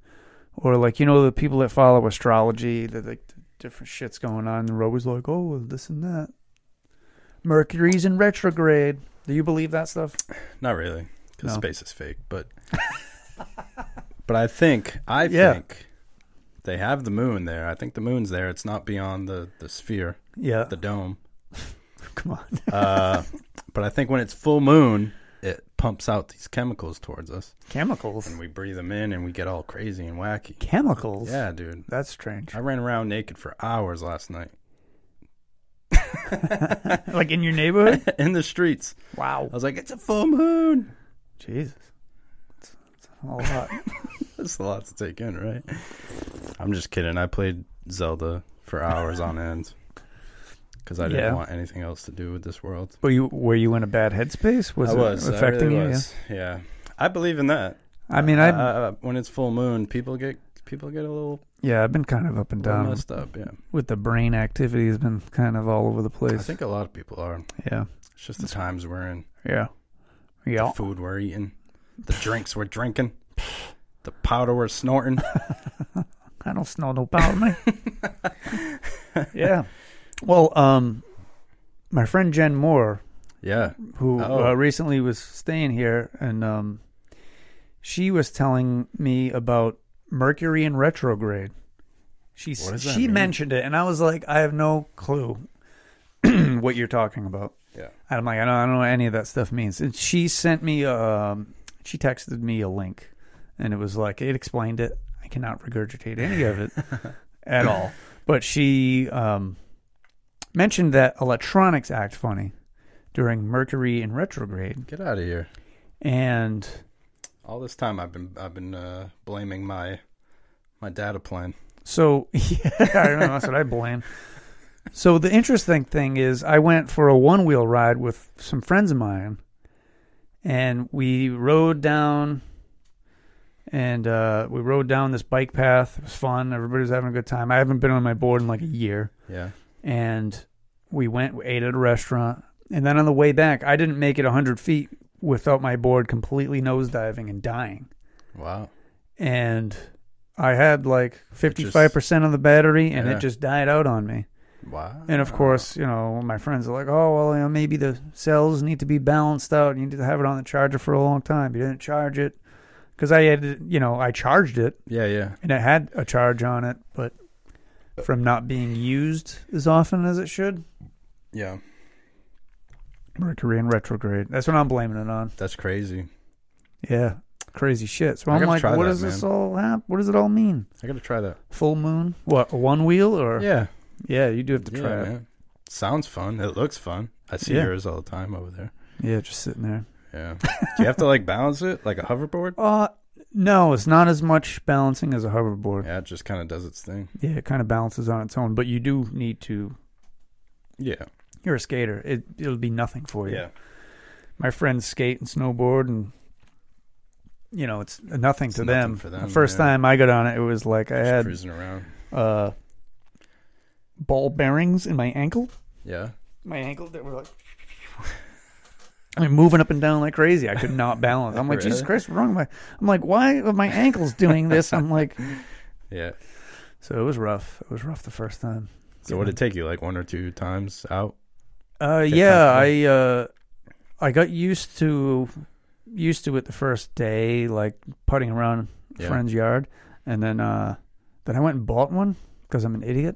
or like you know the people that follow astrology that like the different shit's going on they're always like oh well, this and that mercury's in retrograde do you believe that stuff Not really, because No. space is fake. But, but I think I Yeah. think they have the moon there. I think the moon's there. It's not beyond the the sphere, yeah the dome. come on But I think when it's full moon, it pumps out these chemicals towards us, chemicals and we breathe them in, and we get all crazy and wacky. chemicals Yeah, dude. that's strange I ran around naked for hours last night like in your neighborhood in the streets. wow I was like, "It's a full moon." jesus It's- it's a lot That's a lot to take in, right? I'm just kidding. I played Zelda for hours on end because I didn't Yeah. want anything else to do with this world. were you were you in a bad headspace was I it was I affecting really you Uh, was. Yeah. I believe in that. yeah. i mean I, i I, when it's full moon, people get people get a little, yeah i've been kind of up and little down messed up. Yeah, with the brain activity has been kind of all over the place. I think a lot of people are. yeah, It's just the times we're in, yeah, yeah. food we're eating, the drinks we're drinking, the powder we're snorting. I don't smell no powder, man. yeah. Well, um, my friend Jen Moore, Yeah, who Oh. uh, recently was staying here, and um, she was telling me about Mercury in retrograde. She s- What does that she mean? mentioned it, and I was like, I have no clue what you're talking about. yeah. And I'm like, I don't, I don't know what any of that stuff means. And she sent me, um, she texted me a link, and it was like it explained it. I cannot regurgitate any of it at all. But she um, mentioned that electronics act funny during Mercury in retrograde, Get out of here. and All this time I've been I've been uh, blaming my my data plan. So yeah, I don't know, that's what I blame. So the interesting thing is, I went for a one wheel ride with some friends of mine, and we rode down, and uh, we rode down this bike path. It was fun. Everybody was having a good time. I haven't been on my board in like a year, Yeah. and we went we ate at a restaurant, and then on the way back, I didn't make it hundred feet without my board completely nosediving and dying Wow. and I had like 55% of the battery and Yeah. it just died out on me. Wow. And of course, you know, my friends are like, oh, well, you know, maybe the cells need to be balanced out. You need to have it on the charger for a long time. You didn't charge it because I had, it- you know, I charged it Yeah, yeah. and it had a charge on it, but from not being used as often as it should. Yeah. Mercury in retrograde. That's what I'm blaming it on. That's crazy. Yeah. Crazy shit. So I I'm gotta like, try what that, does this man. all hap- What does it all mean? I gotta try that. Full moon? What, a one wheel or? Yeah. Yeah, you do have to Yeah, try it. man. Sounds fun. It looks fun. I see Yeah. yours all the time over there. Yeah, just sitting there. Yeah. Do you have to like balance it like a hoverboard? Uh no, it's not as much balancing as a hoverboard. Yeah, Yeah, it just kind of does its thing. it kind of balances on its own, but you do need to. Yeah. You're a skater. It it'll be nothing for you. Yeah. My friends skate and snowboard, and you know it's nothing to nothing them. for them, The first yeah. time I got on it, it was like I Just had cruising around. uh, ball bearings in my ankle. Yeah. My ankle that were like. I mean, moving up and down like crazy. I could not balance. I'm like, Jesus Really? Christ, what's wrong with my? I'm like, why are my ankles doing this? I'm like, Yeah. So it was rough. It was rough the first time. So what would it take you like one or two times out? Uh, yeah, I uh, I got used to used to it the first day, like putting around a Yeah. friend's yard, and then uh, then I went and bought one because I'm an idiot.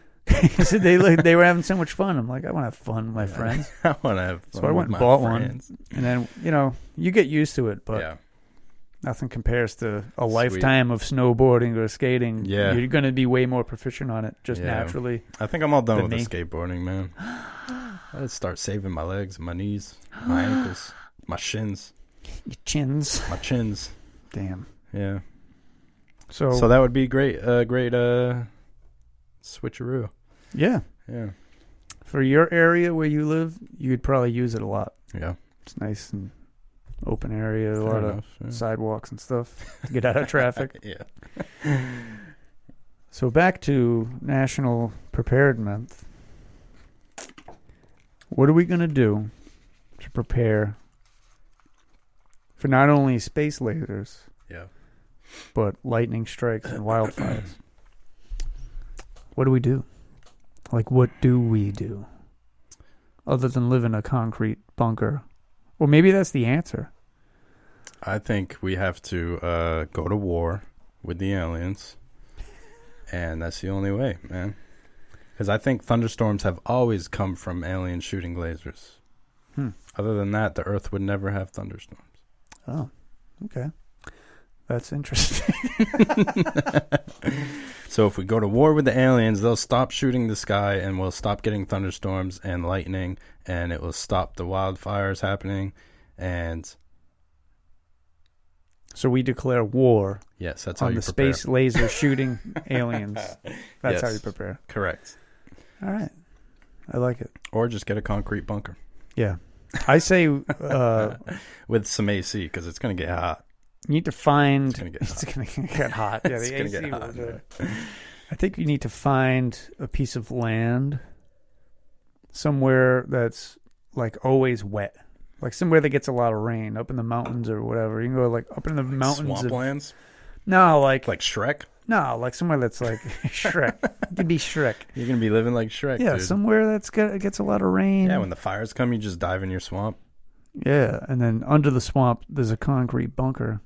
so they like, they were having so much fun. I'm like, I want to have fun with my friends. I want to have fun So I went with and my bought one, friends. and then you know you get used to it, but Yeah. nothing compares to a lifetime of snowboarding or skating. Yeah. you're going to be way more proficient on it just Yeah. naturally. I think I'm all done Than with the me. skateboarding, man. I gotta start saving my legs, my knees, my ankles. My shins. Your chins. My chins. Damn. Yeah. So, So that would be great. Uh, great. Uh, switcheroo. yeah, Yeah. for your area where you live, you'd probably use it a lot. Yeah. It's nice and open area, a Fair lot enough, yeah. of sidewalks and stuff to get out of traffic. Yeah. So back to National Prepared Month. What are we going to do to prepare for not only space lasers Yeah. but lightning strikes and wildfires? what do we do? Like, what do we do other than live in a concrete bunker? Well, maybe that's the answer. I think we have to uh, go to war with the aliens, and that's the only way, man. Because I think thunderstorms have always come from aliens shooting lasers. Hmm. Other than that, the Earth would never have thunderstorms. Oh, okay. That's interesting. So if we go to war with the aliens, they'll stop shooting the sky, and we'll stop getting thunderstorms and lightning, and it will stop the wildfires happening. And so we declare war yes, that's how on you the prepare. space laser shooting aliens. That's how Yes. you prepare. Correct. All right. I like it. Or just get a concrete bunker Yeah. I say uh, with some AC because it's gonna get hot. you need to find. It's gonna get It's going to get hot. Yeah, the It's gonna AC get will hot, do it. I think you need to find a piece of land somewhere that's like always wet. Like somewhere that gets a lot of rain, up in the mountains or whatever. You can go like up in the mountains. Of, Swamplands, no, like like Shrek. No, like somewhere that's like Shrek. It could be Shrek. You're gonna be living like Shrek. Yeah, dude. somewhere that's got gets a lot of rain. yeah. When the fires come, you just dive in your swamp. Yeah, and then under the swamp there's a concrete bunker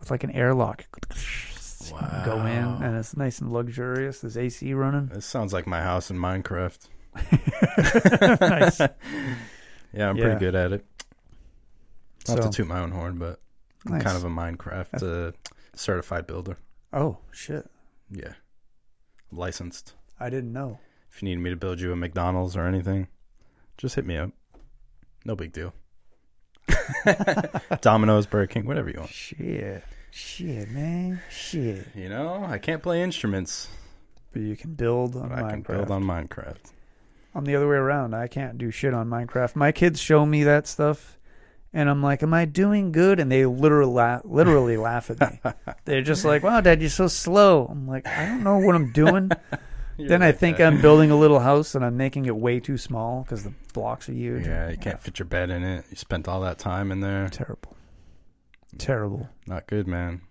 with like an airlock. Wow. Go in and it's nice and luxurious. There's AC running. This sounds like my house in Minecraft. Nice. Yeah, I'm Yeah. pretty good at it. Not So- to toot my own horn, but I'm Nice. kind of a Minecraft uh, certified builder. oh shit. Yeah, licensed. I didn't know. If you need me to build you a McDonald's or anything, just hit me up. No big deal. Domino's, Burger King, whatever you want. Shit. Shit, man. Shit. You know, I can't play instruments, But you can build on but Minecraft. I can build on Minecraft. I'm the other way around. I can't do shit on Minecraft. My kids show me that stuff, and I'm like, "Am I doing good?" And they literally la- literally laugh at me. They're just like, "Wow, Dad, you're so slow." I'm like, "I don't know what I'm doing." then I think I'm building a little house, and I'm making it way too small because the blocks are huge. Yeah, you can't fit your bed in it. You spent all that time in there. terrible, terrible. Not good, man.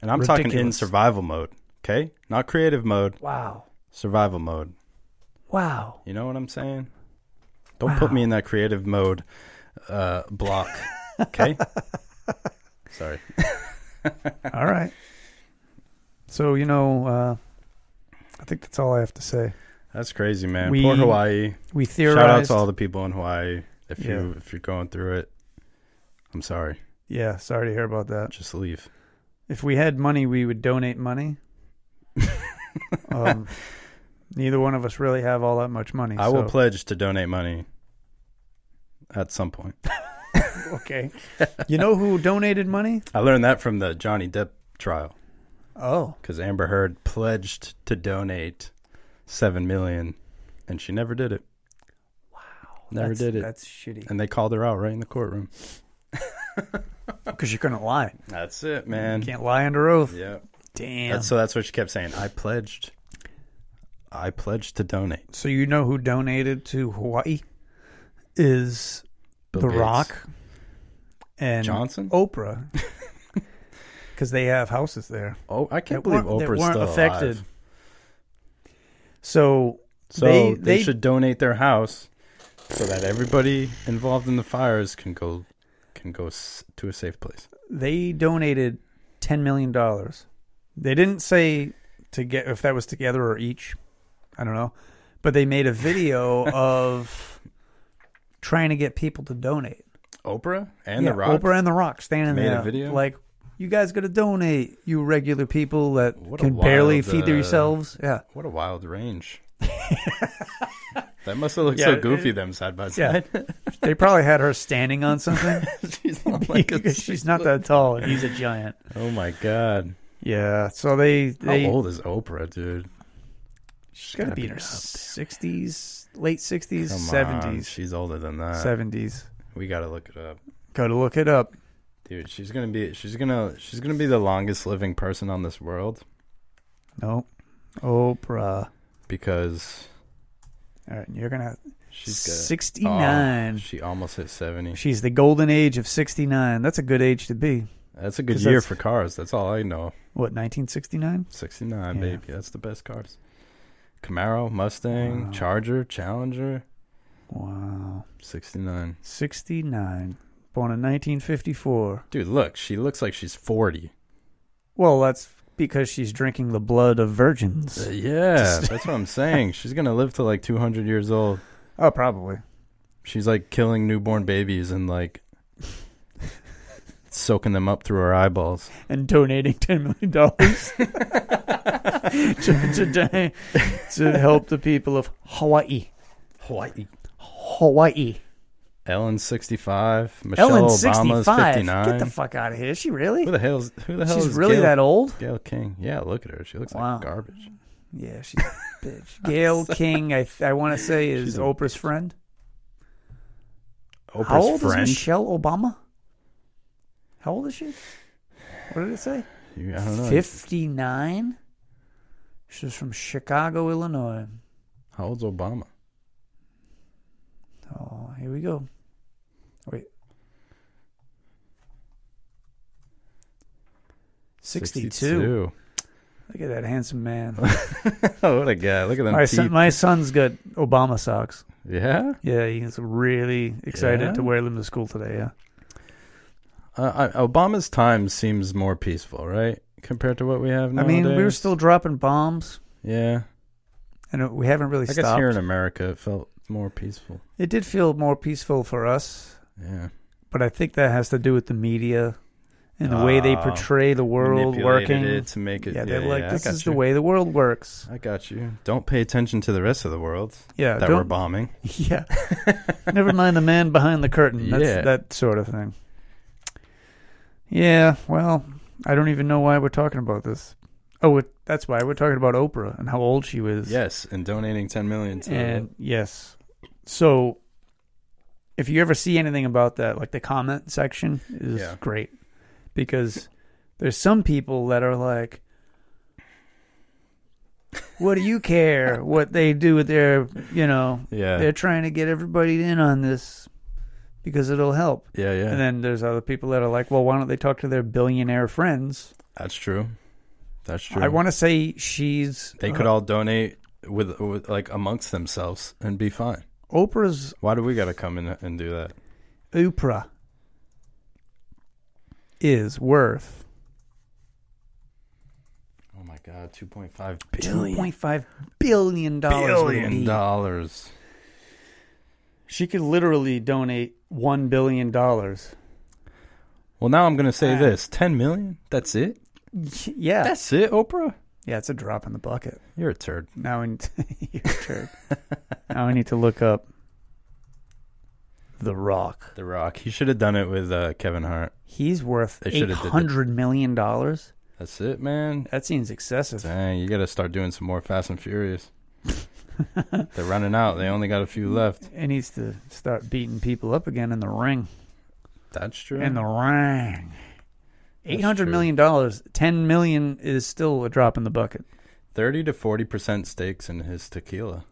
And I'm talking in Ridiculous. survival mode, okay? Not creative mode, Wow, survival mode. wow. You know what I'm saying? Don't put me in that creative mode uh, block, okay? Sorry. all right. So you know, uh, I think that's all I have to say. That's crazy, man. We Poor Hawaii. We Shout theorized. out to all the people in Hawaii. If Yeah. you if you're going through it, I'm sorry. yeah, sorry to hear about that. Just leave. If we had money, we would donate money. um, neither one of us really have all that much money. I will so- pledge to donate money at some point. Okay. You know who donated money? I learned that from the Johnny Depp trial. Oh, because Amber Heard pledged to donate seven million, and she never did it. Wow, never that's, did it. That's shitty. and they called her out right in the courtroom. Because you couldn't lie. That's it, man. You can't lie under oath. Yeah. Damn. That's, so that's what she kept saying. I pledged. I pledged to donate. so you know who donated to Hawaii is Bill The Gates. Rock and Johnson? Oprah, because they have houses there. Oh, I can't that believe weren't- that Oprah's weren't still affected. alive. So, So they, they, should donate their house so that everybody involved in the fires can go can go s- to a safe place. they donated ten million dollars. They didn't say to get if that was together or each. I don't know, but they made a video of trying to get people to donate. Oprah and yeah, the Rock. Oprah and the Rock standing Made a there, video? like you guys got to donate, you regular people that What a can barely wild, feed uh, yourselves. Yeah, What a wild range. That must have looked Yeah, so it- goofy, them side by Yeah, side. they probably had her standing on something. She's not like a- Because she's not that tall, and he's a giant. Oh my god. Yeah, so they How they old is Oprah, dude? she's gotta be in her sixties, late sixties, Come on, seventies, She's older than that. seventies. We gotta look it up. Gotta look it up. Dude, she's gonna be she's gonna she's gonna be the longest living person on this world No, Oprah. because All right, you're gonna. she's got- 69. Oh, she almost hit seventy. She's the golden age of '69. That's a good age to be. That's a good 'Cause year that's- for cars. That's all I know. What 1969? Sixty nine, Yeah. baby. That's the best cars. Camaro, Mustang, Charger, Challenger. Wow, Sixty nine. 69. Born in 1954. Dude, look, she looks like she's forty. Well, that's because she's drinking the blood of virgins. Uh, yeah, that's what I'm saying. She's gonna live to like 200 years old. Oh, probably. She's like killing newborn babies and like soaking them up through her eyeballs. and donating ten million dollars to, to, di- to help the people of Hawaii. Hawaii. Hawaii. Ellen 65. Michelle Ellen Obama's sixty-five. 59. Get the fuck out of here. Is she really? who the hell's who the hell She's is really Gail, that old? Gail King. Yeah, look at her. She looks Wow. like garbage. Yeah, she's a bitch. Gail King, I th- I want to say is She's a Oprah's friend. Oprah's How old friend. is Michelle Obama? How old is she? What did it say? You- I don't know. Fifty-nine. She's from Chicago, Illinois. How old's Obama? Oh, here we go. Wait. 62. 62. Look at that handsome man. Oh, what a guy. Look at them my, teeth. son, my son's got Obama socks. yeah? Yeah, he's really excited Yeah? to wear them to school today. Yeah. Uh, I, Obama's time seems more peaceful, right? Compared to what we I have nowadays. mean, we were still dropping bombs, Yeah. and it- we haven't really I stopped. guess here in America it felt more peaceful. it did feel more peaceful for us, Yeah. but I think that has to do with the media and the way they Ah, portray the world Manipulated working. it to make it. yeah, they're like, I this got is you. the way the world works. I got you. Don't pay attention to the rest of the world. Yeah, that we're don't- bombing. Yeah. Never mind the man behind the curtain. That's Yeah. that sort of thing. Yeah, well, I don't even know why we're talking about this. Oh, it, that's why we're talking about Oprah and how old she was. Yes, and donating ten million to. And yes. So if you ever see anything about that, like the comment section is Yeah. great because there's some people that are like, what do you care what they do with their, you know, Yeah. they're trying to get everybody in on this because it'll help. yeah, yeah, And then there's other people that are like, well, why don't they talk to their billionaire friends? that's true. That's true. I want uh, to say she's They could all donate with, with like amongst themselves and be fine. Oprah's Why do we got to come in and do that? Oprah is worth Oh my God, two point five two billion point five billion dollars. with a billion B. dollars. She could literally donate one billion dollars. Well, now I'm gonna say this: ten million. That's it. Yeah, That's it, Oprah. yeah, it's a drop in the bucket. You're a turd. Now I need you're a jerk. now I need to look up The Rock. The Rock. He should have done it with uh, Kevin Hart. He's worth They eight should've did the- hundred million dollars. That's it, man. That seems excessive. Dang, you got to start doing some more Fast and Furious. They're running out. They only got a few left. It needs to start beating people up again in the ring. That's true. in the ring. That's Eight hundred true. million dollars. Ten million is still a drop in the bucket. Thirty to forty percent stakes in his tequila.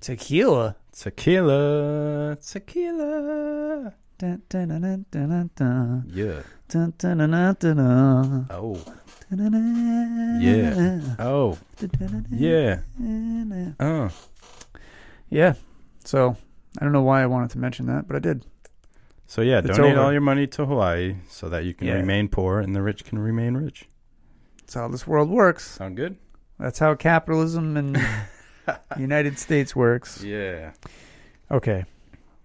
Tequila. Tequila, tequila. Dun, dun, dun, dun, dun, dun, Yeah. dun, dun, dun, dun, dun, dun, Oh. dun, dun, dun. Yeah. Oh. Dun, dun, dun, dun, Yeah. dun, dun. Uh. Yeah. So I don't know why I wanted to mention that, but I did. So yeah, It's donate over. all your money to Hawaii so that you can Yeah. remain poor and the rich can remain rich. That's how this world works. Sound good? That's how capitalism in the United States works. Yeah. Okay.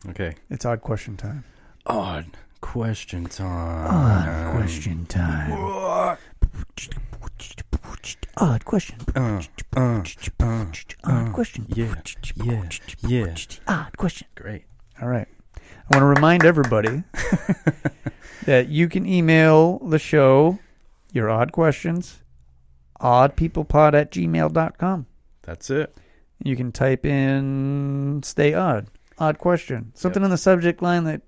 Okay. It's odd question time. Odd question time. Question time. Odd question. Odd question. Yeah, yeah, yeah. Odd question. Great. All right. I want to remind everybody that you can email the show your odd questions, oddpeoplepod at gmail.com. That's it. You can type in stay odd, odd question, something in the subject line that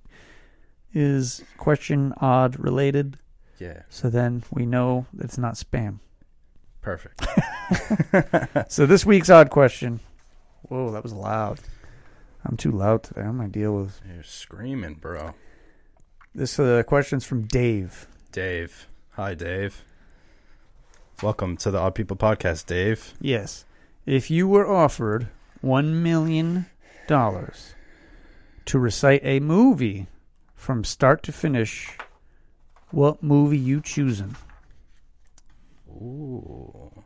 is question odd related. Yeah. So then we know it's not spam. Perfect. So this week's odd question. Whoa, that was loud. I'm too loud today. I'm gonna deal with You're screaming, bro. this. Uh, question's from Dave. Dave. Hi, Dave. Welcome to the Odd People Podcast, Dave. Yes, if you were offered one million dollars to recite a movie from start to finish, what movie you choosing? Ooh.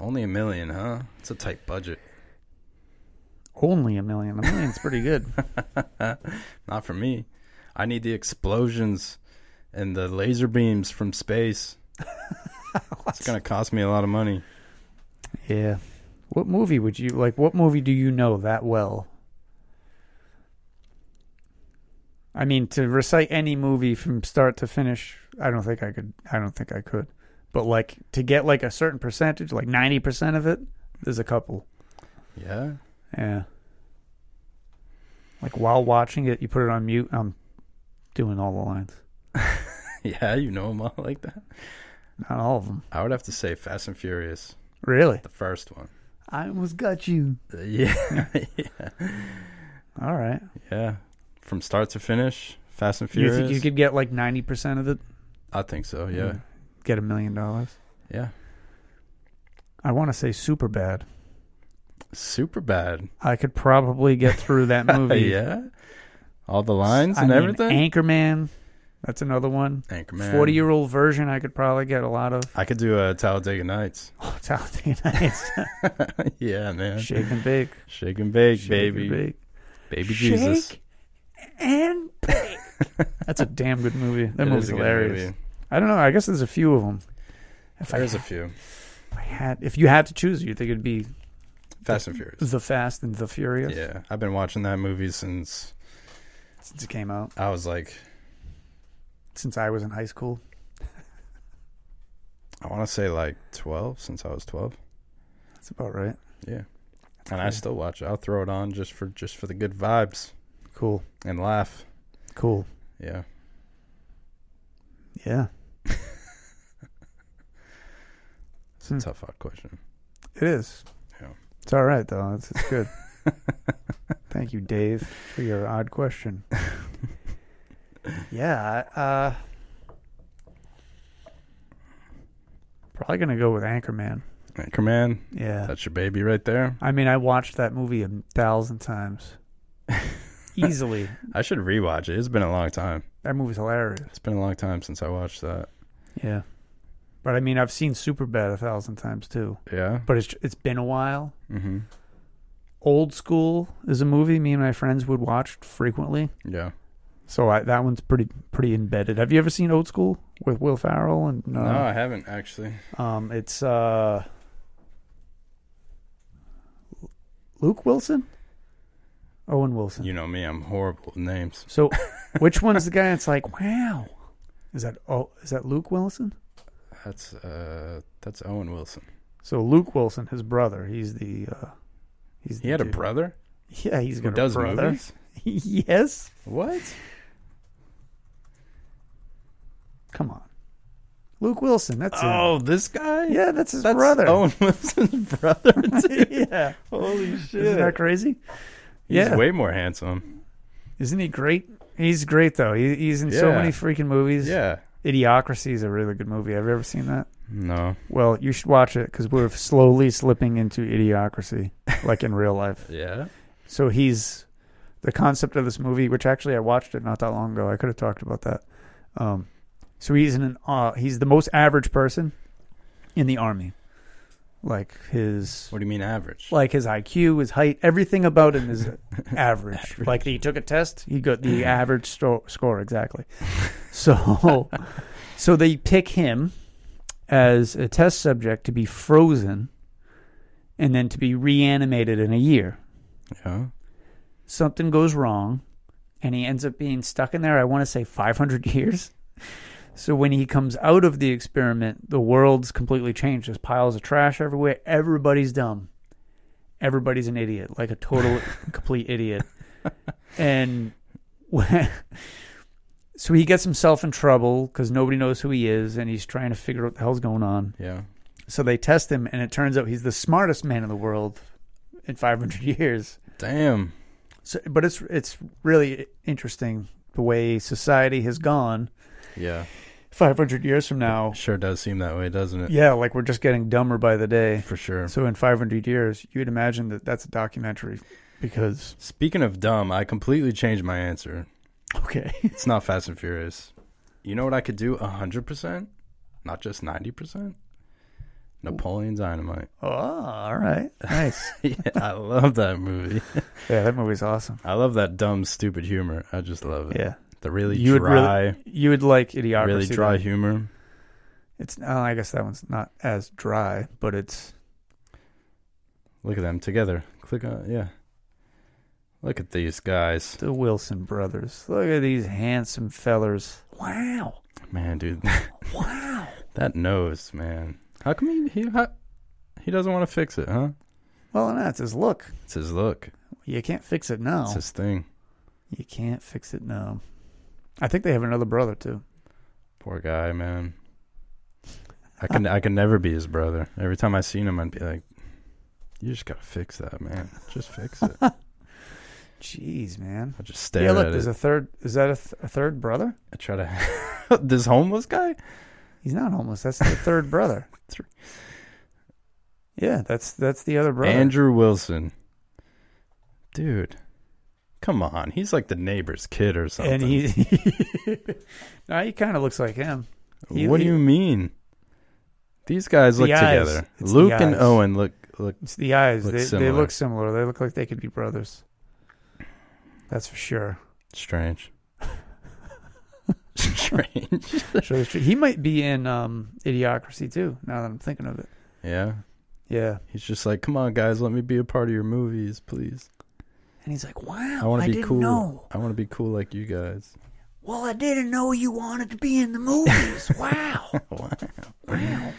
Only a million, huh? It's a tight budget. Only a million. A million's pretty good. Not for me. I need the explosions and the laser beams from space. it's going to cost me a lot of money. yeah. What movie would you like? What movie do you know that well? I mean, to recite any movie from start to finish, I don't think I could. I don't think I could. But like to get like a certain percentage, like ninety percent of it, there's a couple. Yeah. Yeah. Like while watching it, you put it on mute. I'm doing all the lines, Yeah, you know them all like that. not all of them. I would have to say Fast and Furious, Really? the first one. I almost got you. Uh, Yeah. All right. yeah. From start to finish, Fast and Do You Furious. think you could get like ninety percent of it? I think so, yeah. Get a million dollars. Yeah. I want to say super bad. Super bad. I could probably get through that movie. yeah. All the lines I and mean, everything. Anchorman. That's another one. Anchorman. 40 year old version, I could probably get a lot of. I could do a Talladega Nights. Oh, Talladega Nights. yeah, man. Shake, Shake and bake. and bake, Shake and baby. bake. Baby Jesus. Shake and bake. That's a damn good movie. That It movie's is a good hilarious. movie. I don't know. I guess there's a few of them. If I, There's a few. if I had, if you had to choose, you think it'd be Fast and Furious. The Fast and the Furious Yeah. I've been watching that movie since since it came out, I was like, since I was in high school. I want to say like 12, since I was 12. That's about right. Yeah. And I still watch it. I'll throw it on just for just for the good vibes Cool. and laugh. Cool. Yeah. Yeah. It's a Hmm. tough hot question. It is. Yeah. It's all right though. It's, it's good. Thank you, Dave, for your odd question. yeah. I- Uh, probably gonna go with Anchorman. Anchorman, Yeah. that's your baby right there. I mean, I watched that movie a thousand times. Easily. I should rewatch it. It's been a long time. That movie's hilarious. It's been a long time since I watched that. Yeah. But I mean, I've seen Superbad a thousand times too. Yeah. but it's it's been a while. Mm-hmm. Old School is a movie me and my friends would watch frequently, Yeah. so I, that one's pretty pretty embedded. Have you ever seen Old School with Will Farrell and No, uh, I haven't actually. um, it's uh, Luke Wilson, Owen Wilson. You know me, I'm horrible with names. So, which one's the guy that's like, wow? Is that oh, is that Luke Wilson? That's uh that's Owen Wilson. So Luke Wilson, his brother, he's the uh, he's He the had a dude. brother? Yeah, he's Who got does a brother. movies? yes. What? Come on. Luke Wilson, that's him. Oh, this guy? Yeah, that's his That's brother. Owen Wilson's brother. dude. yeah. Holy shit. Isn't that crazy? He's yeah. way more handsome. Isn't he great? He's great though. He, he's in so Yeah. many freaking movies. Yeah. Idiocracy is a really good movie. Have you ever seen that? No. Well, you should watch it because we're slowly slipping into idiocracy, like in real life. Yeah. So he's the concept of this movie, which actually I watched it not that long ago. I could have talked about that. Um, so he's in an uh, he's the most average person in the army. Like his What do you mean average? like his IQ, his height, everything about him is average. Like he took a test, he got the average sto- score exactly. So, so they pick him as a test subject to be frozen and then to be reanimated in a year. Yeah. Something goes wrong and he ends up being stuck in there, I want to say 500 years. So when he comes out of the experiment, the world's completely changed. There's piles of trash everywhere. Everybody's dumb. Everybody's an idiot, like a total, complete idiot. And when- so he gets himself in trouble because nobody knows who he is, and he's trying to figure out what the hell's going on. Yeah. So they test him, and it turns out he's the smartest man in the world in 500 years. Damn. So, but it's it's really interesting the way society has gone Yeah. 500 years from now. Sure does seem that way, doesn't it? Yeah, like we're just getting dumber by the day. For sure. So in 500 years, you'd imagine that that's a documentary because Speaking of dumb, I completely changed my answer. okay. It's not Fast and Furious. You know what I could do 100%? Not just 90%? Napoleon Dynamite. oh, all right. Nice. yeah, I love that movie. yeah, that movie's awesome. I love that dumb, stupid humor. I just love it. Yeah. The really You would dry, really you would like really, idiocracy. dry then. humor. It's oh, I guess that one's not as dry, but it's Look at them together. Click on, yeah. Look at these guys. the Wilson brothers. Look at these handsome fellers. Wow. Man, dude, Wow. that nose, man. How come he, he, how, he doesn't want to fix it, huh? Well, and that's his look. It's his look. You can't fix it now. It's his thing. You can't fix it now. I think they have another brother too. Poor guy, man. I can I can never be his brother. Every time I seen him, I'd be like, "You just gotta fix that, man. Just fix it." I Jeez, man. just stare yeah, look, at there's it. a third. Is that a, th- a third brother? I try to. this homeless guy. He's not homeless. That's the third brother. Thr- Yeah, that's that's the other brother. Andrew Wilson. Dude, come on. He's like the neighbor's kid or something. and he, no, he kind of looks like him. he- what do he- you mean? These guys The look eyes. together. It's the Luke and eyes. Owen look look. It's the eyes. Looks They they similar. look similar. They look like they could be brothers. That's for sure. Strange. Strange. Sure, sure. He might be in um, Idiocracy too. Now that I'm thinking of it. Yeah. Yeah, He's just like, come on, guys, let me be a part of your movies, please. and he's like, "Wow, I want to be didn't cool. know." I want to be cool like you guys. Well, I didn't know you wanted to be in the movies. Wow. wow. wow.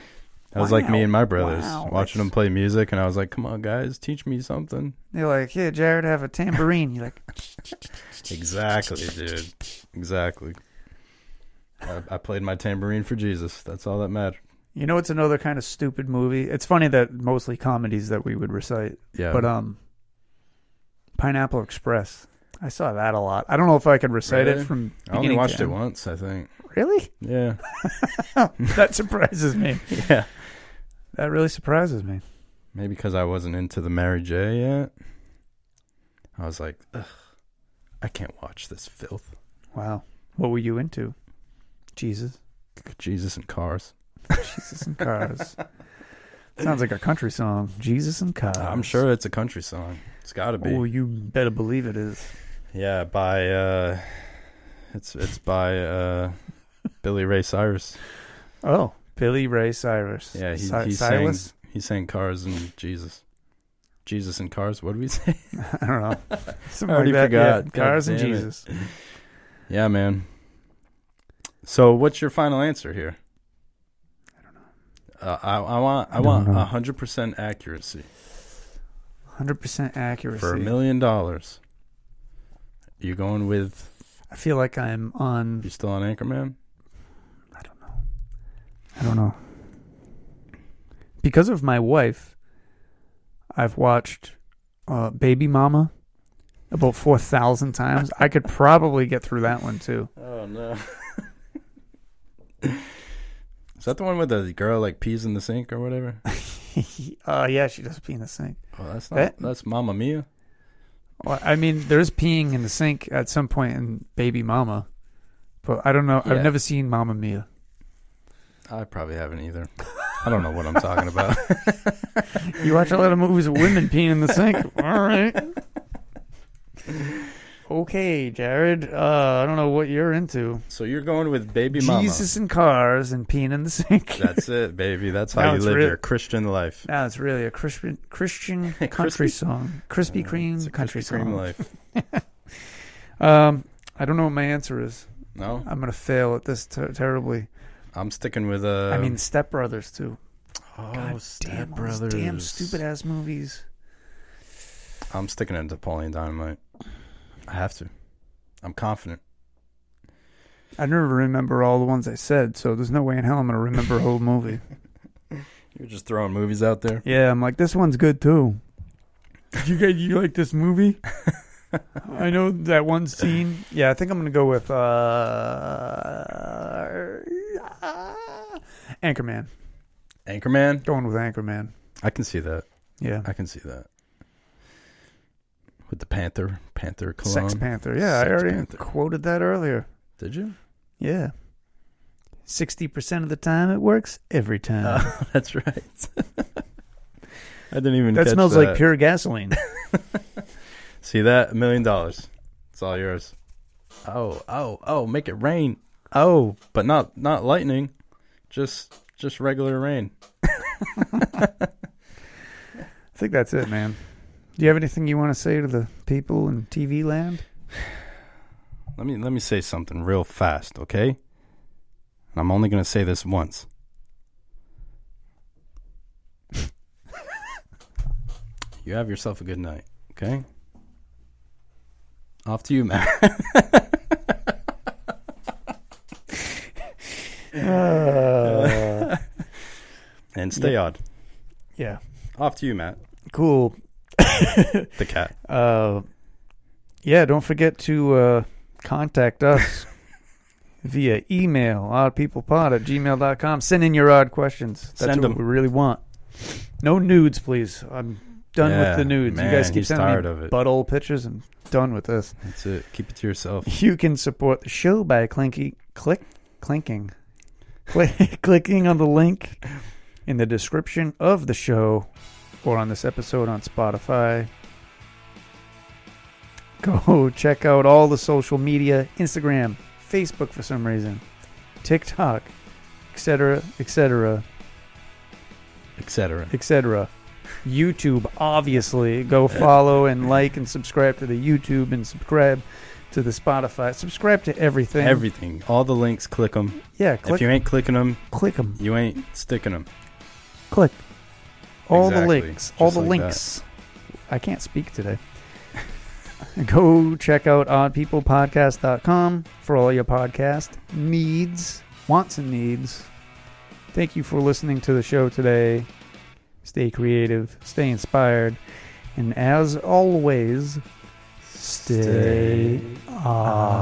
That was like me Wow. and my brothers Wow, watching that's- them play music, and I was like, come on, guys, teach me something. They're like, yeah, Jared, have a tambourine. You're like, Exactly, dude. Exactly. I, I played my tambourine for Jesus. That's all that mattered. you know, it's another kind of stupid movie. It's funny that mostly comedies that we would recite. Yeah. But um, Pineapple Express. I saw that a lot. I don't know if I could recite Really? it from. I beginning only to watched it end. once, I think. Really? Yeah. That surprises me. yeah. That really surprises me. Maybe because I wasn't into the Mary J yet. I was like, ugh, I can't watch this filth. Wow. What were you into? Jesus. Jesus and cars. Jesus and cars. Sounds like a country song. Jesus and cars. I'm sure it's a country song. It's got to be. Oh, you better believe it is. Yeah, by uh it's it's by uh Billy Ray Cyrus. Oh, Billy Ray Cyrus. Yeah, he Si- he sang Silas. he sang Cars and Jesus. Jesus and Cars, what did we say? I don't know. Something already like that, yeah. forgot. God Cars and damn it. Jesus. yeah, man. So, what's your final answer here? I don't know. Uh, I, I want I want know. a hundred percent accuracy Hundred percent accuracy. for a million dollars. You going with? I feel like I'm You on. still on Anchorman? I don't know. I don't know. Because of my wife, I've watched uh, Baby Mama about four thousand times. I could probably get through that one too. Oh no. Is that the one with the girl like pees in the sink or whatever? Uh, yeah, she does pee in the sink. Oh, that's not. That- That's Mamma Mia. Well, I mean, there's peeing in the sink at some point in Baby Mama, but I don't know. Yeah. I've never seen Mama Mia. I probably haven't either. I don't know what I'm talking about. You watch a lot of movies of women peeing in the sink. All right. okay, Jared. Uh, I don't know what you're into. So you're going with baby mama. Jesus and cars and peeing in the sink. That's it, baby. That's Now how you it's live real. your Christian life. Now it's really a Christian Christian Crispy- Uh, country song. Krispy It's Kreme a country Krispy Kreme song. life. Um, I don't know what my answer is. No, I'm gonna fail at this ter- terribly. I'm sticking with uh. I mean, Step Brothers too. oh, God Step damn, all Brothers. those damn stupid ass movies. I'm sticking into Napoleon Dynamite. I have to. I'm confident. I never remember all the ones I said, so there's no way in hell I'm gonna remember a whole movie. You're just throwing movies out there. Yeah, I'm like, this one's good too. Did you guys, you like this movie? I know that one scene. Yeah, I think I'm gonna go with uh, Anchorman. Anchorman. Going with Anchorman. I can see that. Yeah, I can see that. With the Panther, Panther cologne. Sex Panther. Yeah, I Sex already Panther. quoted that earlier. Did you? Yeah, sixty percent of the time it works every time. Uh, Oh, That's right. I didn't even. that catch smells like that. pure gasoline. See that? A million dollars. It's all yours. Oh, oh, oh! Make it rain. Oh, but not not lightning. Just just regular rain. I think that's it, man. Do you have anything you want to say to the people in TV land? Let me let me say something real fast, okay? And I'm only gonna say this once. you have yourself a good night, okay? Off to you, Matt. and stay odd. Yeah, Off to you, Matt. cool. The cat. Uh, yeah, don't forget to uh, contact us via email, oddpeoplepod at gmail.com. Send in your odd questions. That's Send what 'em. we really want. No nudes, please. I'm done Yeah, with the nudes. man, you guys keep he's sending tired me of it. butthole pictures. I'm done with this. That's it. Keep it to yourself. You can support the show by clinky, click, clinking, click, clicking on the link in the description of the show or on this episode on Spotify. Go check out all the social media Instagram, Facebook for some reason, TikTok, etc., etc., Etc. etc. YouTube, obviously. Go follow and like and subscribe to the YouTube and subscribe to the Spotify. Subscribe to everything. Everything. All the links, click them. Yeah, If click, you ain't clicking them, click 'em. you ain't sticking them. Click. All Exactly, the links. All just the like links. I can't speak today. Go check out oddpeoplepodcast.com for all your podcast needs, wants, and needs. Thank you for listening to the show today. Stay creative, stay inspired, and as always, stay, odd.